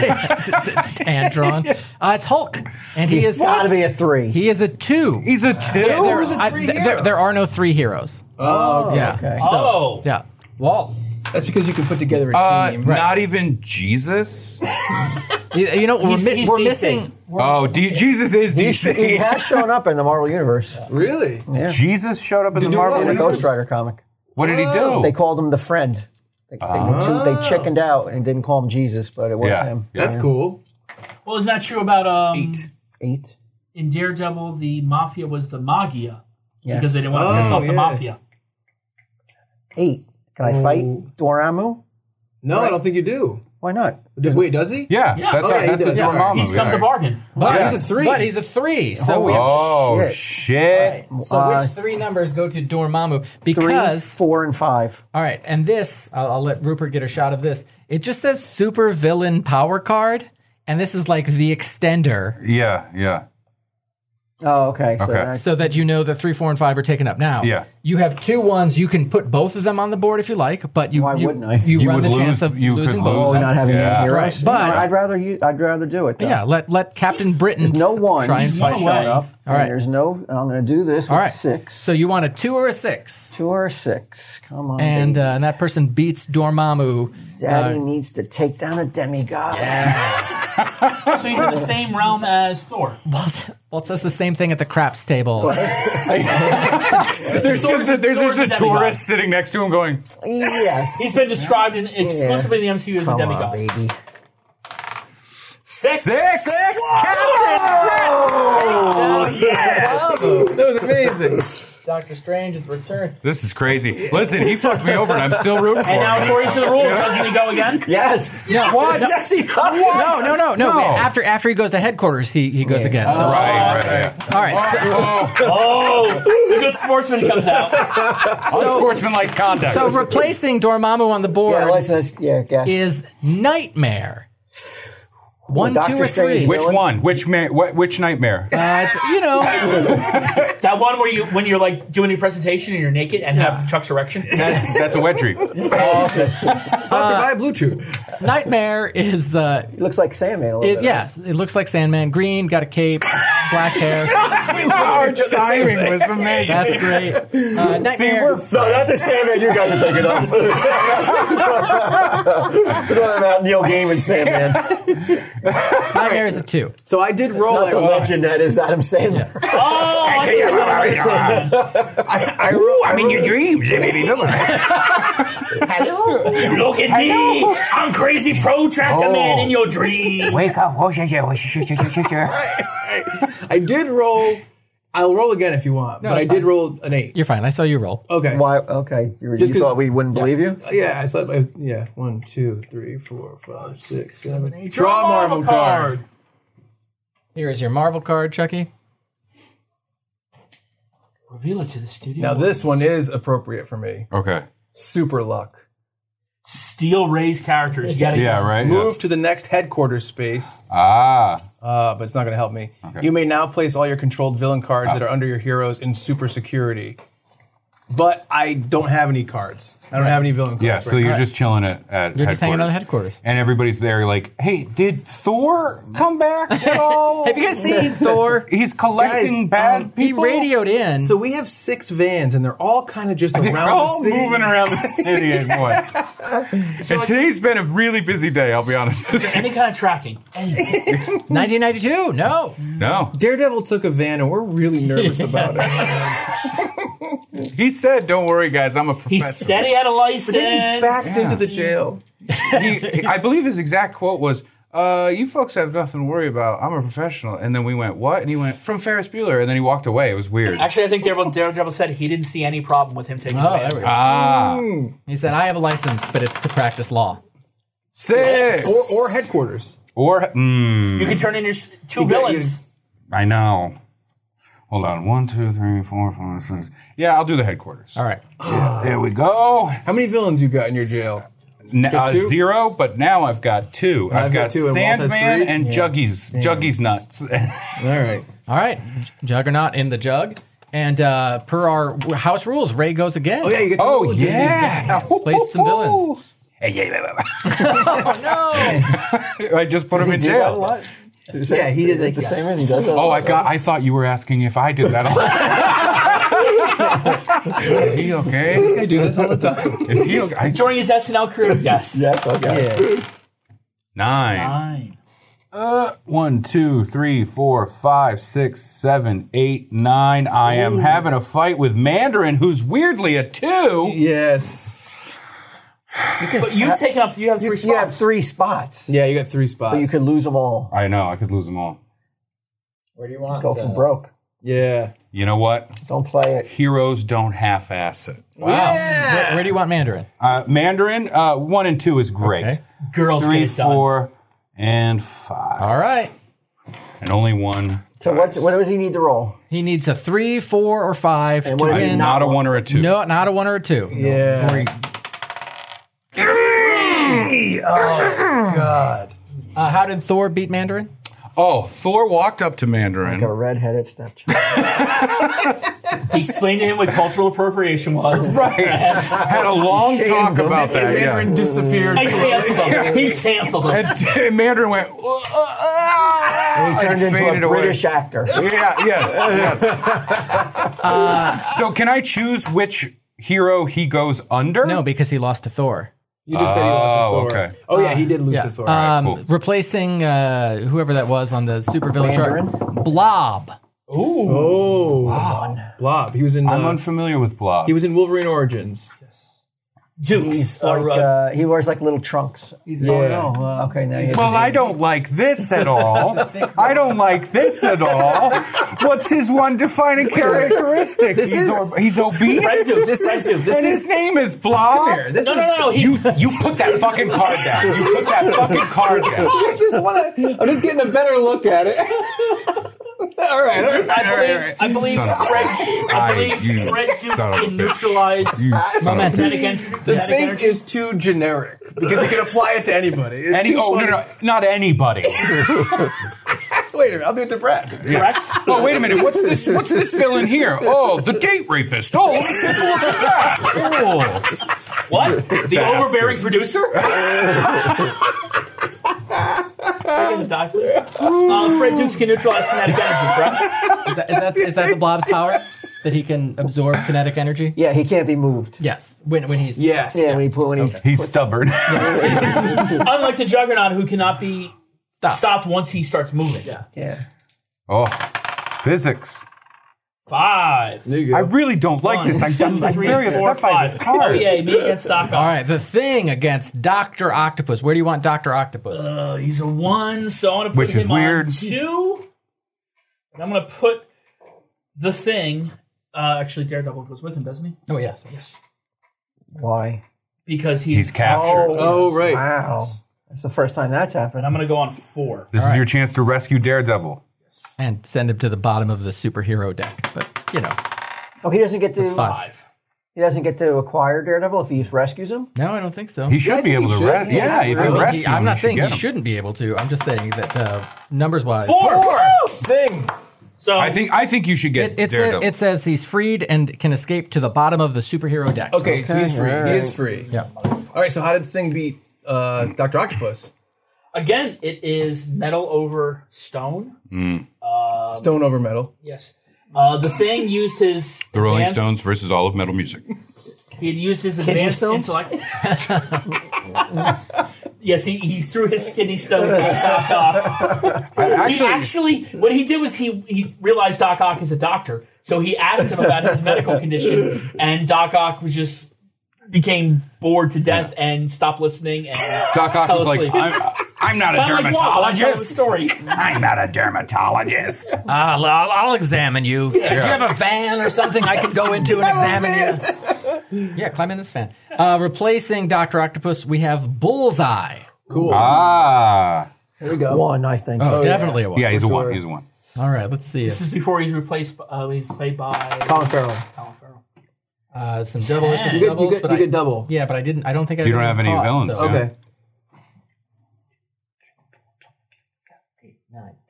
Hand drawn. Uh, it's Hulk, and he is Gotta be a three. He is a two. He's a two. there, a I- three th- hero? there, there are no three heroes. Oh, okay. yeah. So, Oh. Yeah. Walt. That's because you can put together a team. Uh, Not even Jesus. You, you know, we're, He's- mi- he's we're DC. missing. Oh, D- Jesus is He DC. has shown up in the Marvel Universe. really? Jesus showed up in the do Marvel. what? In the Universe. Ghost Rider comic. What did he They do? called him the friend. They, they, they chickened out and didn't call him Jesus, but it was Ah. Yeah. him. Yeah. That's cool. Well, isn't that true about um, Eight. Eight. in Daredevil? The mafia was the Magia Yes. because they didn't want to piss Oh, off the yeah. mafia. Eight. Can I fight Doramu? No, I don't think you do. Why not? Does, wait, does he? Yeah, Yeah. that's Oh, a, yeah, he that's a does. Yeah. Dormammu He's come guy. to bargain. But He's a three. But he's a three. So we have Oh Shit. shit! So Uh, which three numbers go to Dormammu? Three, Because four, and five. all right, and this I'll, I'll let Rupert get a shot of this. It just says super villain power card, and this is like the extender, Yeah, yeah. Oh, okay. So Okay. that's- so that you know that three, four, and five are taken up. Now, Yeah. you have two ones. You can put both of them on the board if you like, but you Why you, wouldn't I? you, You run would the lose- chance of you could losing both. lose. oh, not having Yeah. any heroes. Right, but- I'd rather you. I'd rather do it. Though. yeah, let let Captain Britain no one. try and He's fight. one away. All Showing up. All right. And There's no. I'm going to do this. All right, right. Six. So you want a two or a six? Two or six. Come on. and uh, baby. and that person beats Dormammu. Daddy needs to take down a demigod. So he's in the same realm as Thor. Well, it says the same thing at the craps table. There's Thor's- just a, there's Thor's just a a demigod. tourist sitting next to him going, Yes. He's been described in exclusively in the MCU as a Come demigod. on, baby. Six. "Six, six, Oh! That was amazing. Doctor Strange's return. This is crazy. Listen, he fucked me over, and I'm still rooting for And now, him. according to the rules, doesn't he go again? Yes. No, what? No, Yes, he does. no, no, no, no. After after he goes to headquarters, he he goes again. So, Right, right, right. all right. So, Oh, the good sportsman comes out. Sportsmanlike conduct. so replacing Dormammu on the Yeah, board let's, let's, yeah, guess. is Nightmare. One, Doctor two, or Strange three. will- which one? Which ma- wh- Which nightmare? Uh, it's- you know, That one where you, when you're like doing your presentation and you're naked and have Chuck's erection. That's that's a wet dream. Sponsored by Blue Chew. Nightmare is uh, It looks like Sandman a little it, bit. yeah. It looks like Sandman. Green, got a cape, black hair. Our timing was amazing. That's great. Uh, Nightmare. No, not the Sandman. You guys are taking off. Throwing out Neil Gaiman Sandman. Nightmare is a two. So I did roll. Not the I, legend that is Adam Sandler. Oh, I think I know what it is. I rolled. I mean, dreams, Look at me. I'm crazy protractor man in your dream. Wake up. Whoa, I did roll. I'll roll again if you want, but I it's did fine. roll an eight. You're fine. I saw you roll. Okay. Why? Okay. You, you Just 'cause- thought we wouldn't believe you? Yeah, I thought. I, yeah, one, two, three, four, five, six, seven, eight. Draw a Marvel card. Here is your Marvel card, Chucky. Reveal it to the studio. Now this one is appropriate for me. Okay. Super luck. Steal Ray's characters. You gotta Yeah. Right. Yeah. Move to the next headquarters space, Ah. uh, but it's not going to help me. You may now place all your controlled villain cards that are under your heroes in super security. But I don't have any cards. I don't have any villain cards. Yeah. So right you're now. just chilling at, at You're just hanging out at headquarters. headquarters. and everybody's there like, hey, did Thor come back at all? Have you guys seen Thor? He's collecting Guys, bad um, He people. radioed in. So we have six vans, and they're all kind of just They're around the all city. moving around the city at once. and today's been a really busy day, I'll be honest. with you. Any kind of tracking. Anything. 1992. No. no. Daredevil took a van, and we're really nervous about it. He said, don't worry, guys, I'm a He professional. said he had a license. Backed into the jail. He- I believe his exact quote was, uh, you folks have nothing to worry about. I'm a professional. And then we went, what? And he went, from Ferris Bueller. And then he walked away. It was weird. Actually, I think Daredevil, Daredevil said he didn't see any problem with him taking. Oh, Oh, there we go. Ah. He said, I have a license, but it's to practice law. Six. Or, or headquarters. Or, mm, you can turn in your s- two You got- villains. I know. Hold on. One, two, three, four, five, six. Yeah, I'll do the headquarters. All right. There we go. How many villains you got in your jail? N- uh, two? zero, but now I've got two. I've, I've got got, two, and Walt has Sandman three? and Juggies. Juggies nuts. All right. All right. Juggernaut in the jug. And uh, per our w- house rules, Ray goes again. Oh yeah, you get. To oh roll a Disney. yeah. Place some villains. Hey, yeah, yeah, No. yeah. I just put him in jail. Yeah, he is like The same as he does. that. Oh, I got. I thought you were asking if I did that. All. Is he okay? I do this all the time. Is he okay? I- During his SNL career, yes. Yes. Okay. Nine. Fine. One, two, three, four, five, six, seven, eight, nine. I am having a fight with Mandarin, who's weirdly a two. yes. But you've taken up. You have three You have spots. three spots. Yeah, you got three spots. You could lose them all. I know. I could lose them all. Where do you want? Go for broke. Yeah. You know what? Don't play it. Heroes don't half-ass it. Wow. Where, where do you want Mandarin? Uh, Mandarin uh, one and two is great. Okay. Girls get Three, it done. four, and five, All right. and only one. So what? What does he need to roll? He needs a three, four, or five And to what is it, win. Not a one or a two. no, not a one or a two. Yeah. Or he- God. Oh, Uh, how did Thor beat Mandarin? Oh, Thor walked up to Mandarin. Like a redheaded stepchild. He explained to him what cultural appropriation was. Had a long talk about that. Yeah. disappeared. I canceled him. He canceled him. And Mandarin went. "Uh, uh, uh," He turned into faded a away. British actor. Yeah. Yes. yes. so can I choose which hero he goes under? No, because he lost to Thor. You just said he lost to Thor. okay. Oh yeah, he did lose to Thor. Um, cool. Replacing uh, whoever that was on the supervillain chart. Blob. oh, Blob. He was in. I'm uh, unfamiliar with Blob. he was in Wolverine Origins. Dukes. Or, Like, uh, uh, he wears like little trunks. Yeah. oh, uh, Okay, now you Well, I don't like this at all. I don't like this at all. What's his one defining characteristic? He's, is- ob- he's obese, this is this and his is. name is Blob. Here, this no, is. no, no, no. He, You you put that fucking card down. You put that fucking card down. I just want to. I'm just getting a better look at it. all right. All right. I believe, I believe son of a Fred, I I- believe you Fred Dukes son of a can bitch. neutralize Momentum. kinetic energy. The face is too generic because you can apply it to anybody. It's Any, too oh no, funny. no, not anybody. Wait a minute. I'll do it to Brad. correct? Oh wait a minute, what's this? What's this villain here? Oh, the date rapist. Oh, look at that. Oh. What? The overbearing producer? uh, Fred Dukes can neutralize kinetic energy, correct? Is that, is that, is that the Blob's power? That he can absorb kinetic energy? yeah, he can't be moved. Yes. When, when he's. Yes. Yeah, when he put when he He's stubborn. Unlike the Juggernaut, who cannot be stopped once he starts moving. yeah. Oh, physics. Five. There you go. I really don't like One, this. I'm, I'm three, very four, upset by this five. card. Oh, yeah, me against Doc All Ock. right. The thing against Dr. Octopus. Where do you want Dr. Octopus? Uh, he's a one, so I'm gonna put Which him is weird. on two. And I'm gonna put the thing. Uh, actually, Daredevil goes with him, doesn't he? oh, yes. Why? Because he's, He's captured. oh right. Wow, that's the first time that's happened. And I'm gonna go on four. This is your chance to rescue Daredevil. And send him to the bottom of the superhero deck. But, you know, Oh, he doesn't get to. fine. Five. He doesn't get to acquire Daredevil if he rescues him. No, I don't think so. He should be able to should. rescue. Yeah, if I you mean, he- rescue I'm him, not you saying should he get him. shouldn't be able to. I'm just saying that uh, numbers wise. Four. Thing. So I think I think you should get It, it's Daredevil. it says he's freed and can escape to the bottom of the superhero deck. Okay, so he's free. alright. He is free. Yeah. All right. So how did Thing beat uh, Doctor Octopus? again, it is metal over stone. Stone over metal. Yes. Uh, the thing used his the Rolling advanced- Stones versus all of metal music. He had used his advanced stones? intellect. yes, he, he threw his kidney stones at Doc Ock. He actually, what he did was he he realized Doc Ock is a doctor, so he asked him about his medical condition, and Doc Ock was just became bored to death and stopped listening. And Doc Ock fell was like, asleep. I'm, I'm not a Kinda like Walt, I told the dermatologist. story. I'm not a dermatologist. I'll, I'll, I'll examine you. Do you have a van or something I can go into and examine you? Yeah, climb in this van. Uh, replacing Doctor Octopus, we have Bullseye. Ah, There we go. One, I think. Oh, definitely a one. yeah, he's a one. He's a one. All right, let's see This if is before he's replaced. Uh, he's played by Colin Farrell. Colin Farrell. uh, some double issues, You get, doubles. you get, but you I, get double. Yeah, but I didn't. I don't think I. You don't have any caught, villains, so- yeah.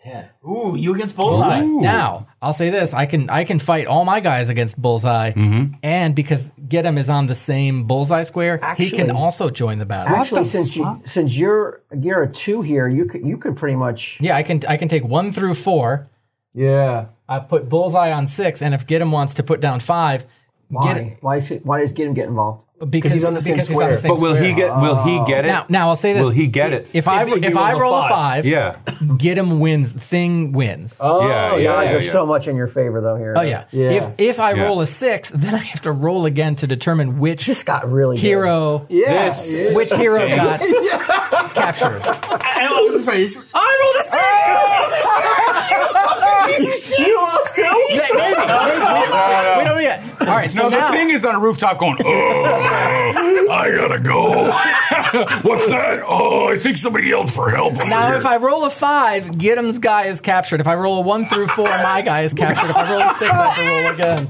Okay. Ooh, you against Bullseye. Ooh. Now I'll say this: I can I can fight all my guys against Bullseye, Mm-hmm. and because Getem is on the same Bullseye square, he can Actually- also join the battle. Actually, since you since you're you're a two here, you could you could pretty much. Yeah, I can I can take one through four. Yeah. I put Bullseye on six, and if Getem wants to put down five, Why? Get- why should, why does Gideon get involved? because he's on the same because he's on square. the same But will he square. get? Will he get it? now? Now I'll say this: Will he get it? If I If he- if, if he I rolls a roll a five. five, Yeah. Getem wins. Thing wins. Oh, Oh, yeah, yeah, yeah, yeah, There's so much in your favor though here. yeah. Yeah. If if I Yeah. roll a six, then I have to roll again to determine which this got really hero Yeah. This- which hero got captured. I, I wasn't afraid. It's- Good. You lost two. right, so no, now the thing is on a rooftop going, oh, I gotta go. What's that? Oh, I think somebody yelled for help. over now here." if I roll a five, Gidim's guy is captured. If I roll a one through four, my guy is captured. If I roll a six, I have to roll again.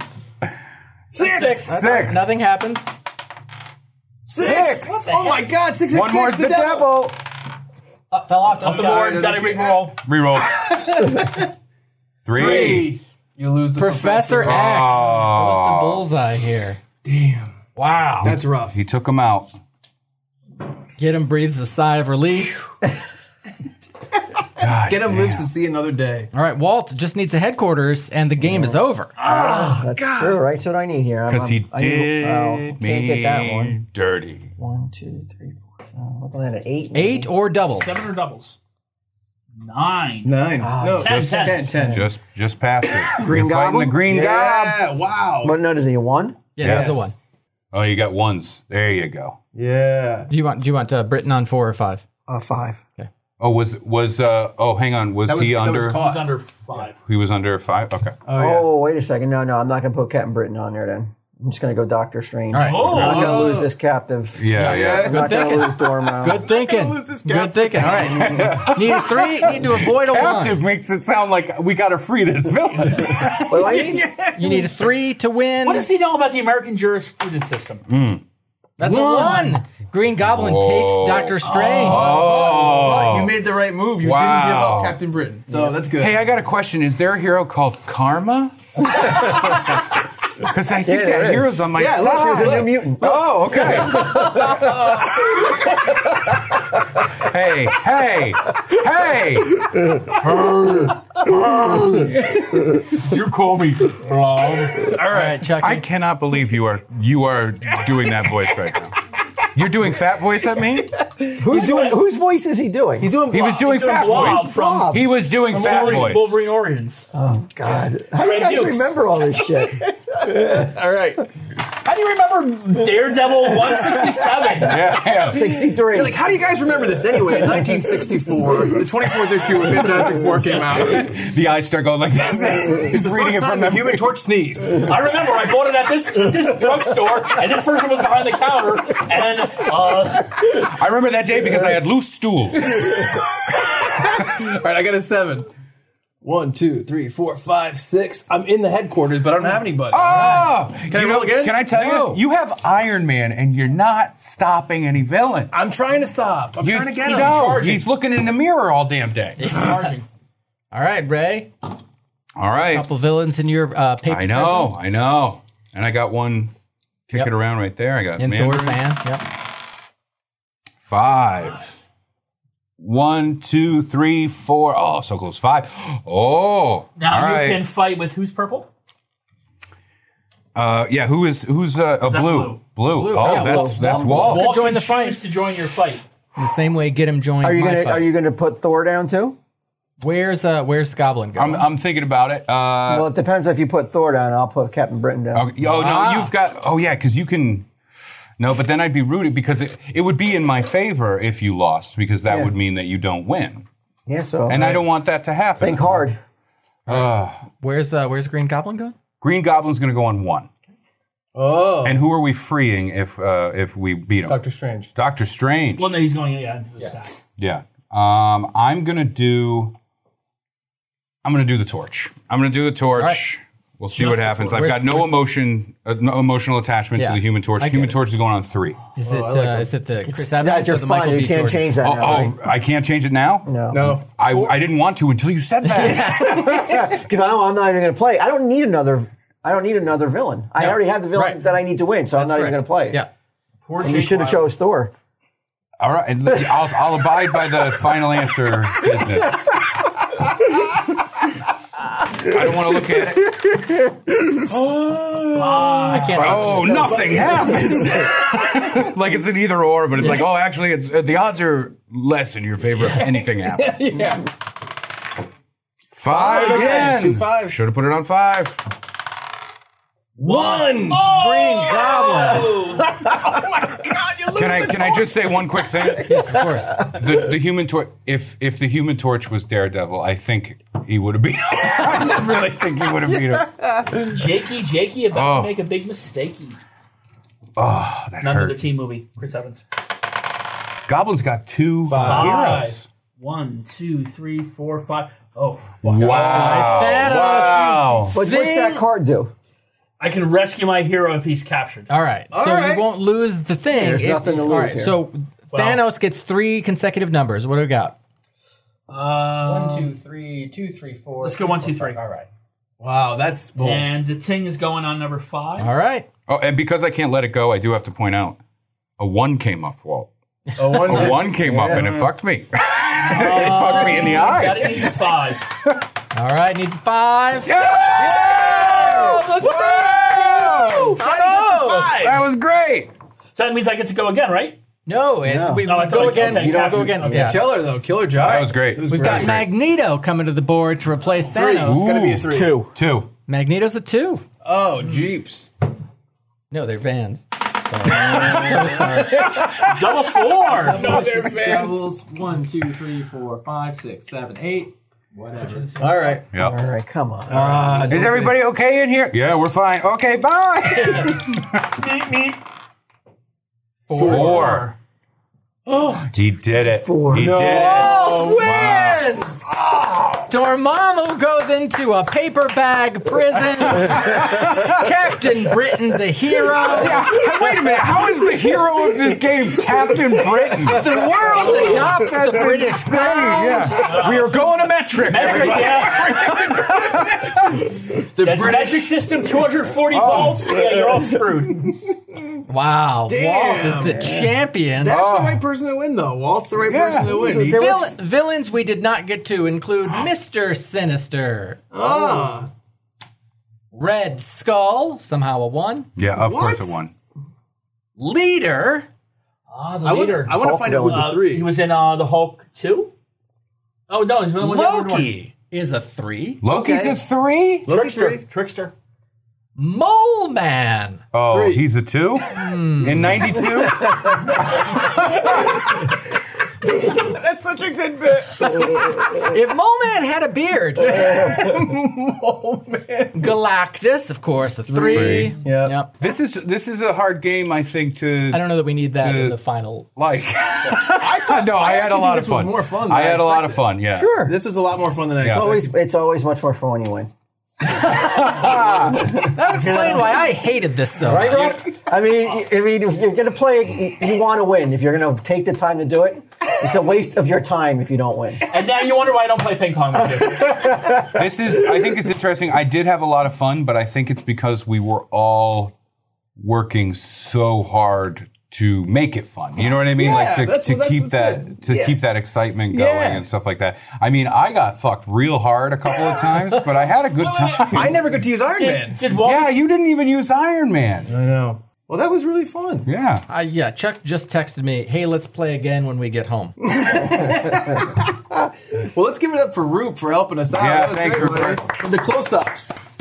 six, six, Nothing happens. six. Oh my god, six One more is the devil. fell off doesn't the count. board, got a re-roll. Reroll. Three. You lose the Professor X goes to bullseye here. Wow. That's rough. He took him out. Gidim breathes a sigh of relief. Get him lives to see another day. All right, Walt just needs a headquarters, and the game is over. That's true, right? So what I need here. I'm- Because he I'm- I need- did oh, can't me get that one. dirty. One, two, three, four. So I'm looking at an eight. Eight or double. Seven or doubles. Nine. Nine. no, Ten, just ten. ten, ten. Just just passed it. Green You're fighting Goblin? the green goblin. Yeah, wow. What note is he? A one? Yes, Yes. there's a one. Oh, you got ones. There you go. Yeah. Do you want? Do you want uh, Britain on four or five? A five. Oh, was was uh oh hang on. Was, Uh, That was, he that under was He's caught. under five. he was under five? Okay. Oh, wait a second. No, no, I'm not going to put Captain Britain on there then. I'm just going to go Doctor Strange. All right. Oh. I'm not going to lose this captive. Yeah, yeah. I'm not going thinking. to lose Dormo. Good thinking. lose this guy. Good thinking. All right. need a three. Need to avoid a one. makes it sound like we gotta free this villain. What do I need? You need a three to win. What does he know about the American jurisprudence system? That's a one. Green Goblin Whoa. takes Doctor Strange. Oh. But you made the right move. You didn't give Oh. Wow. up Captain Britain. So that's good. hey, I got a question. Is there a hero called Karma? Because I think Yeah, there that is. hero's on my Yeah, look, side. there's a new mutant. Oh, okay. hey, hey, hey! you call me All right, Chucky. I cannot believe you are you are doing that voice right now. You're doing fat voice at me. Who's doing? Whose voice is he doing? He's He was doing He's doing fat Blob voice. from Bob. He was doing fat Wolverine, voice. Wolverine Origins. Oh, God. How do you Fred guys Dukes. remember all this shit? All right. How do you remember Daredevil 167? Yeah. 63. Like, how do you guys remember this anyway? In 1964, the 24th issue of Fantastic Four came out. The eyes start going like this. He's The reading first it time from the the Human Torch sneezed. I remember I bought it at this this drugstore, and this person was behind the counter, and uh, I remember that day because I had loose stools. All right, I got a seven. One, two, three, four, five, six. I'm in the headquarters, but I don't have anybody. Oh, Can I roll again? Can I tell No. you? You have Iron Man, and you're not stopping any villain. I'm trying to stop. I'm You- trying to get no, him. he's looking in the mirror all damn day. All right, Ray. All right. Couple villains in your uh, paper. I know, I know. And I got one kick Yep. it around right there. I got prison. And Mandarin. Thor's man. Yep. Five. One, two, three, four. Oh, so close. Five. Oh. now all right. you can fight with who's purple? uh, yeah, who is who's uh, a that blue? blue? Blue. Oh, Yeah, that's Walt. that's Walt. Walt. Walk join and the fight. choose to join your fight. The same way Gidim joined Are you my gonna fight. Are you gonna put Thor down too? Where's uh Where's Goblin going? I'm, I'm thinking about it. Uh, well, it depends if you put Thor down. I'll put Captain Britain down. okay. Oh, no, you've got. Oh, yeah, because you can. No, but then I'd be rooted because it, it would be in my favor if you lost because that Yeah. would mean that you don't win. Yeah. So And I don't want that to happen. think hard. where's uh Where's Green Goblin going? Green Goblin's going to go on one. Oh, And who are we freeing if uh, if we beat him? Doctor Strange. Doctor Strange. Well, no, he's going yeah into the stack. yeah. Um, I'm gonna do. I'm gonna do the torch. I'm gonna do the torch. right. We'll see what the happens. torch. I've got Where's- no where's- emotion, uh, no emotional attachment Yeah, to the Human Torch. I get Human it. Torch is going on three. Is Oh, it uh, is it the Chris Evans That's or your the Michael fun. You B. can't Jordan? change that. Oh, now, right? oh, I can't change it now. No. No. I, I didn't want to until you said that. Because I don't, I'm not even going to play. I don't need another. I don't need another villain. I No. already have the villain Right. that I need to win, so I'm not even going to play. Yeah. Poor And you Jake should have Wild. chose Thor. All right, and I'll, I'll abide by the final answer business. I don't want to look at it. I can't. Oh, nothing happens. like it's an either or, but it's like, oh, actually, it's uh, the odds are less in your favor if anything happens. Yeah. Five again. Two fives. Should have put it on five. One. Green Goblin. Oh Oh my God, you Can I can I just say one quick thing? Yes, of course. The, the Human Torch. If if the Human Torch was Daredevil, I think he would have beat him. I really think he would have beat him. Jakey, Jakey, about Oh. to make a big mistakey. Oh, that Another hurt. team movie. Chris Evans. Goblins got two Five. heroes. One, two, three, four, five. Oh, fuck. Wow! Thanos. Wow! What's, what's that card do? I can rescue my hero if he's captured. All right. so right. you won't lose the thing. There's nothing to lose here. So Thanos gets three consecutive numbers. What do we got? Uh, One, two, three, two, three, four. Let's go one, two, three. All right. Wow, that's bold. And the ting is going on number five. All right. Oh, and because I can't let it go, I do have to point out a one came up, Walt. A one, A one came up and it fucked me. it fucked me in the eye. Got it into five. All right. Needs a five. Wow! That was great. That means I get to go again, right? No. And we, No, I we go thought- again. okay, we gotta gotcha. go again. Okay. Yeah. killer though, killer job. That was great. It was We've great. got Magneto coming to the board to replace Thanos. It's gonna be a three. Two. Two. Magneto's a two. Oh, jeeps. No, they're vans. Sorry. so sorry. Double four. Devils. One, two, three, four, five, six, seven, eight. Whatever. All right. Yeah. All right, come on. Uh, Is everybody okay in here? Yeah, we're fine. Okay, bye. Meep, meep. Four. Oh. He did it. Four. He did it. Wow. Dormammu goes into a paper bag prison. Captain Britain's a hero. Yeah, hey, Wait a minute. How is the hero of this game Captain Britain? The world adopts the British insane. sound. Yeah. We are going to metric. Metric, everybody. yeah. the That's magic system, 240 volts. Yeah, you're all screwed. Wow, Walt is the champion. That's the right person to win though. Walt's the right Yeah. person to win. He- Vill- villains we did not get to include Mr. Sinister, Ah. Red Skull, somehow a one, Yeah, of course What? it won. Leader, Ah, the I want leader. to I wanna find out who's a Uh, three. He was in uh, the Hulk two. Oh no, he's not Loki is a three, Loki's a three. Loki's three. Trickster. Mole Man, Oh, Three. he's a two in '92. That's such a good bit. if Mole Man had a beard, oh man. Galactus, of course, a three. Three. Yep. This is this is a hard game, I think. To I don't know that we need that To- in the final. like. I thought no, I, had a actually lot think of this was fun. more fun than I I had a lot of fun. Yeah. Sure. It's This is a lot more fun than I Yeah. expected. always, it's always much more fun when you win. That would explain why I hated this so Right, much. Rob? I mean, if, you- if you're going to play, you, you want to win. If you're going to take the time to do it, it's a waste of your time if you don't win. And now you wonder why I don't play ping pong with you. This is. I think it's interesting. I did have a lot of fun, but I think it's because we were all working so hard to make it fun. You know what I mean? like to, that's- to that's keep what's that good. to keep that excitement going and stuff like that. I mean, I got fucked real hard a couple of times, but I had a good time. I never got to use Iron Man. Did, did Walt? yeah, you didn't even use Iron Man. I know. Well, that was really fun. Yeah. Uh, yeah, Chuck just texted me, hey, let's play again when we get home. Well, let's give it up for Roop for helping us out. Yeah, That was thanks, great, Rupert. buddy. For the close-ups.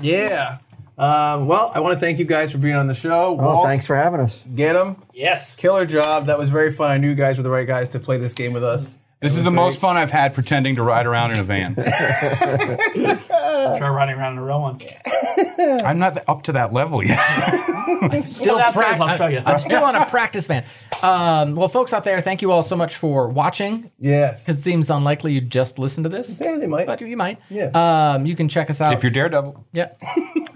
Yeah. Um, well, I want to thank you guys for being on the show. Oh, thanks for having us. Get them. Yes. Killer job. That was very fun. I knew you guys were the right guys to play this game with us. This is the most fun I've had pretending to ride around in a van. Try running around in a row one. I'm not up to that level yet. Still outside. I'll show you. I'm still on a practice van. Um, well, folks out there, thank you all so much for watching. Yes. It seems unlikely you just listened to this, Yeah, they might. but you might. Yeah. Um, you can check us out. if you're Daredevil, yeah.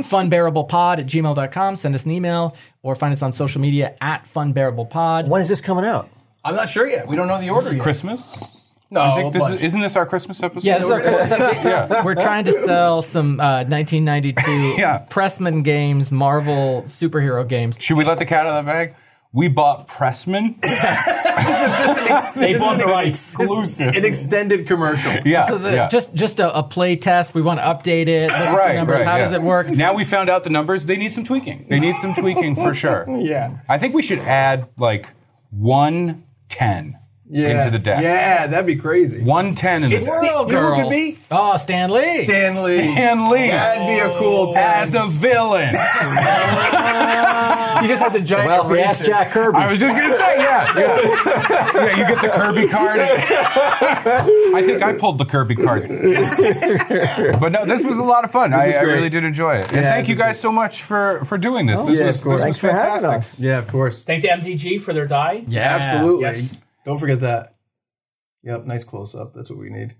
funbearablepod at gmail.com. Send us an email or find us on social media at funbearablepod. When is this coming out? I'm not sure yet. We don't know the order yet. Christmas. no, I think a this bunch. is, isn't this our Christmas episode? Yeah, this is our Christmas update. Yeah. We're trying to sell some uh, 1992 Yeah. Pressman games, Marvel superhero games. Should we let the cat out of the bag? We bought Pressman They bought the rights. exclusive. an extended commercial. yeah, So the, yeah. just just a, a play test. We want to update it. Look at some numbers. How yeah. does it work? Now we found out the numbers. They need some tweaking. They need some tweaking for sure. Yeah. I think we should add like one ten Yes. into the deck. Yeah, that'd be crazy. One ten in It's the deck. Steve- Squirrel you know who Girl. could be? Oh, Stan Lee. Stanley. And Lee That'd be a cool tag. as a villain. He just has a giant Well, if you ask eraser. Jack Kirby, I was just gonna say, yeah, yeah, yeah. You get the Kirby card. I think I pulled the Kirby card, but no, this was a lot of fun. I, I really did enjoy it, and thank you guys so much for for doing this. this Oh, yeah, was of course. this Thanks was for having fantastic. us. Yeah, of course. Thank to MTG for their die. Yeah, Absolutely. Yes. Don't forget that. Yep, nice close up. That's what we need.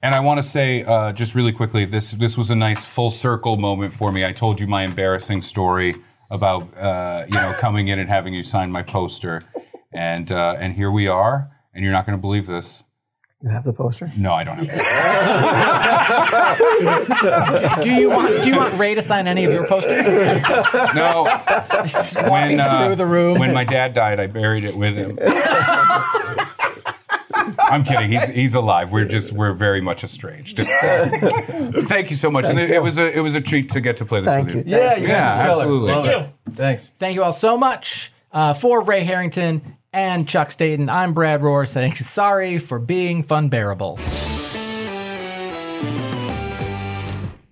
And I want to say uh, just really quickly, this this was a nice full circle moment for me. I told you my embarrassing story about uh, you know coming in and having you sign my poster, and uh, and here we are. And you're not going to believe this. You have the poster? No, I don't have. it. Do you want Do you want Ray to sign any of your posters? No, when uh, through the room. when my dad died, I buried it with him. I'm kidding. He's he's alive. We're just we're very much estranged. Thank you so much. and it, it was a it was a treat to get to play this Thank with you. you. Yeah, you Yeah, guys are killer. absolutely. Love Thank it. Thanks. Thank you all so much uh, for Ray Harrington and Chuck Staten. I'm Brad Rohr saying sorry for being fun bearable.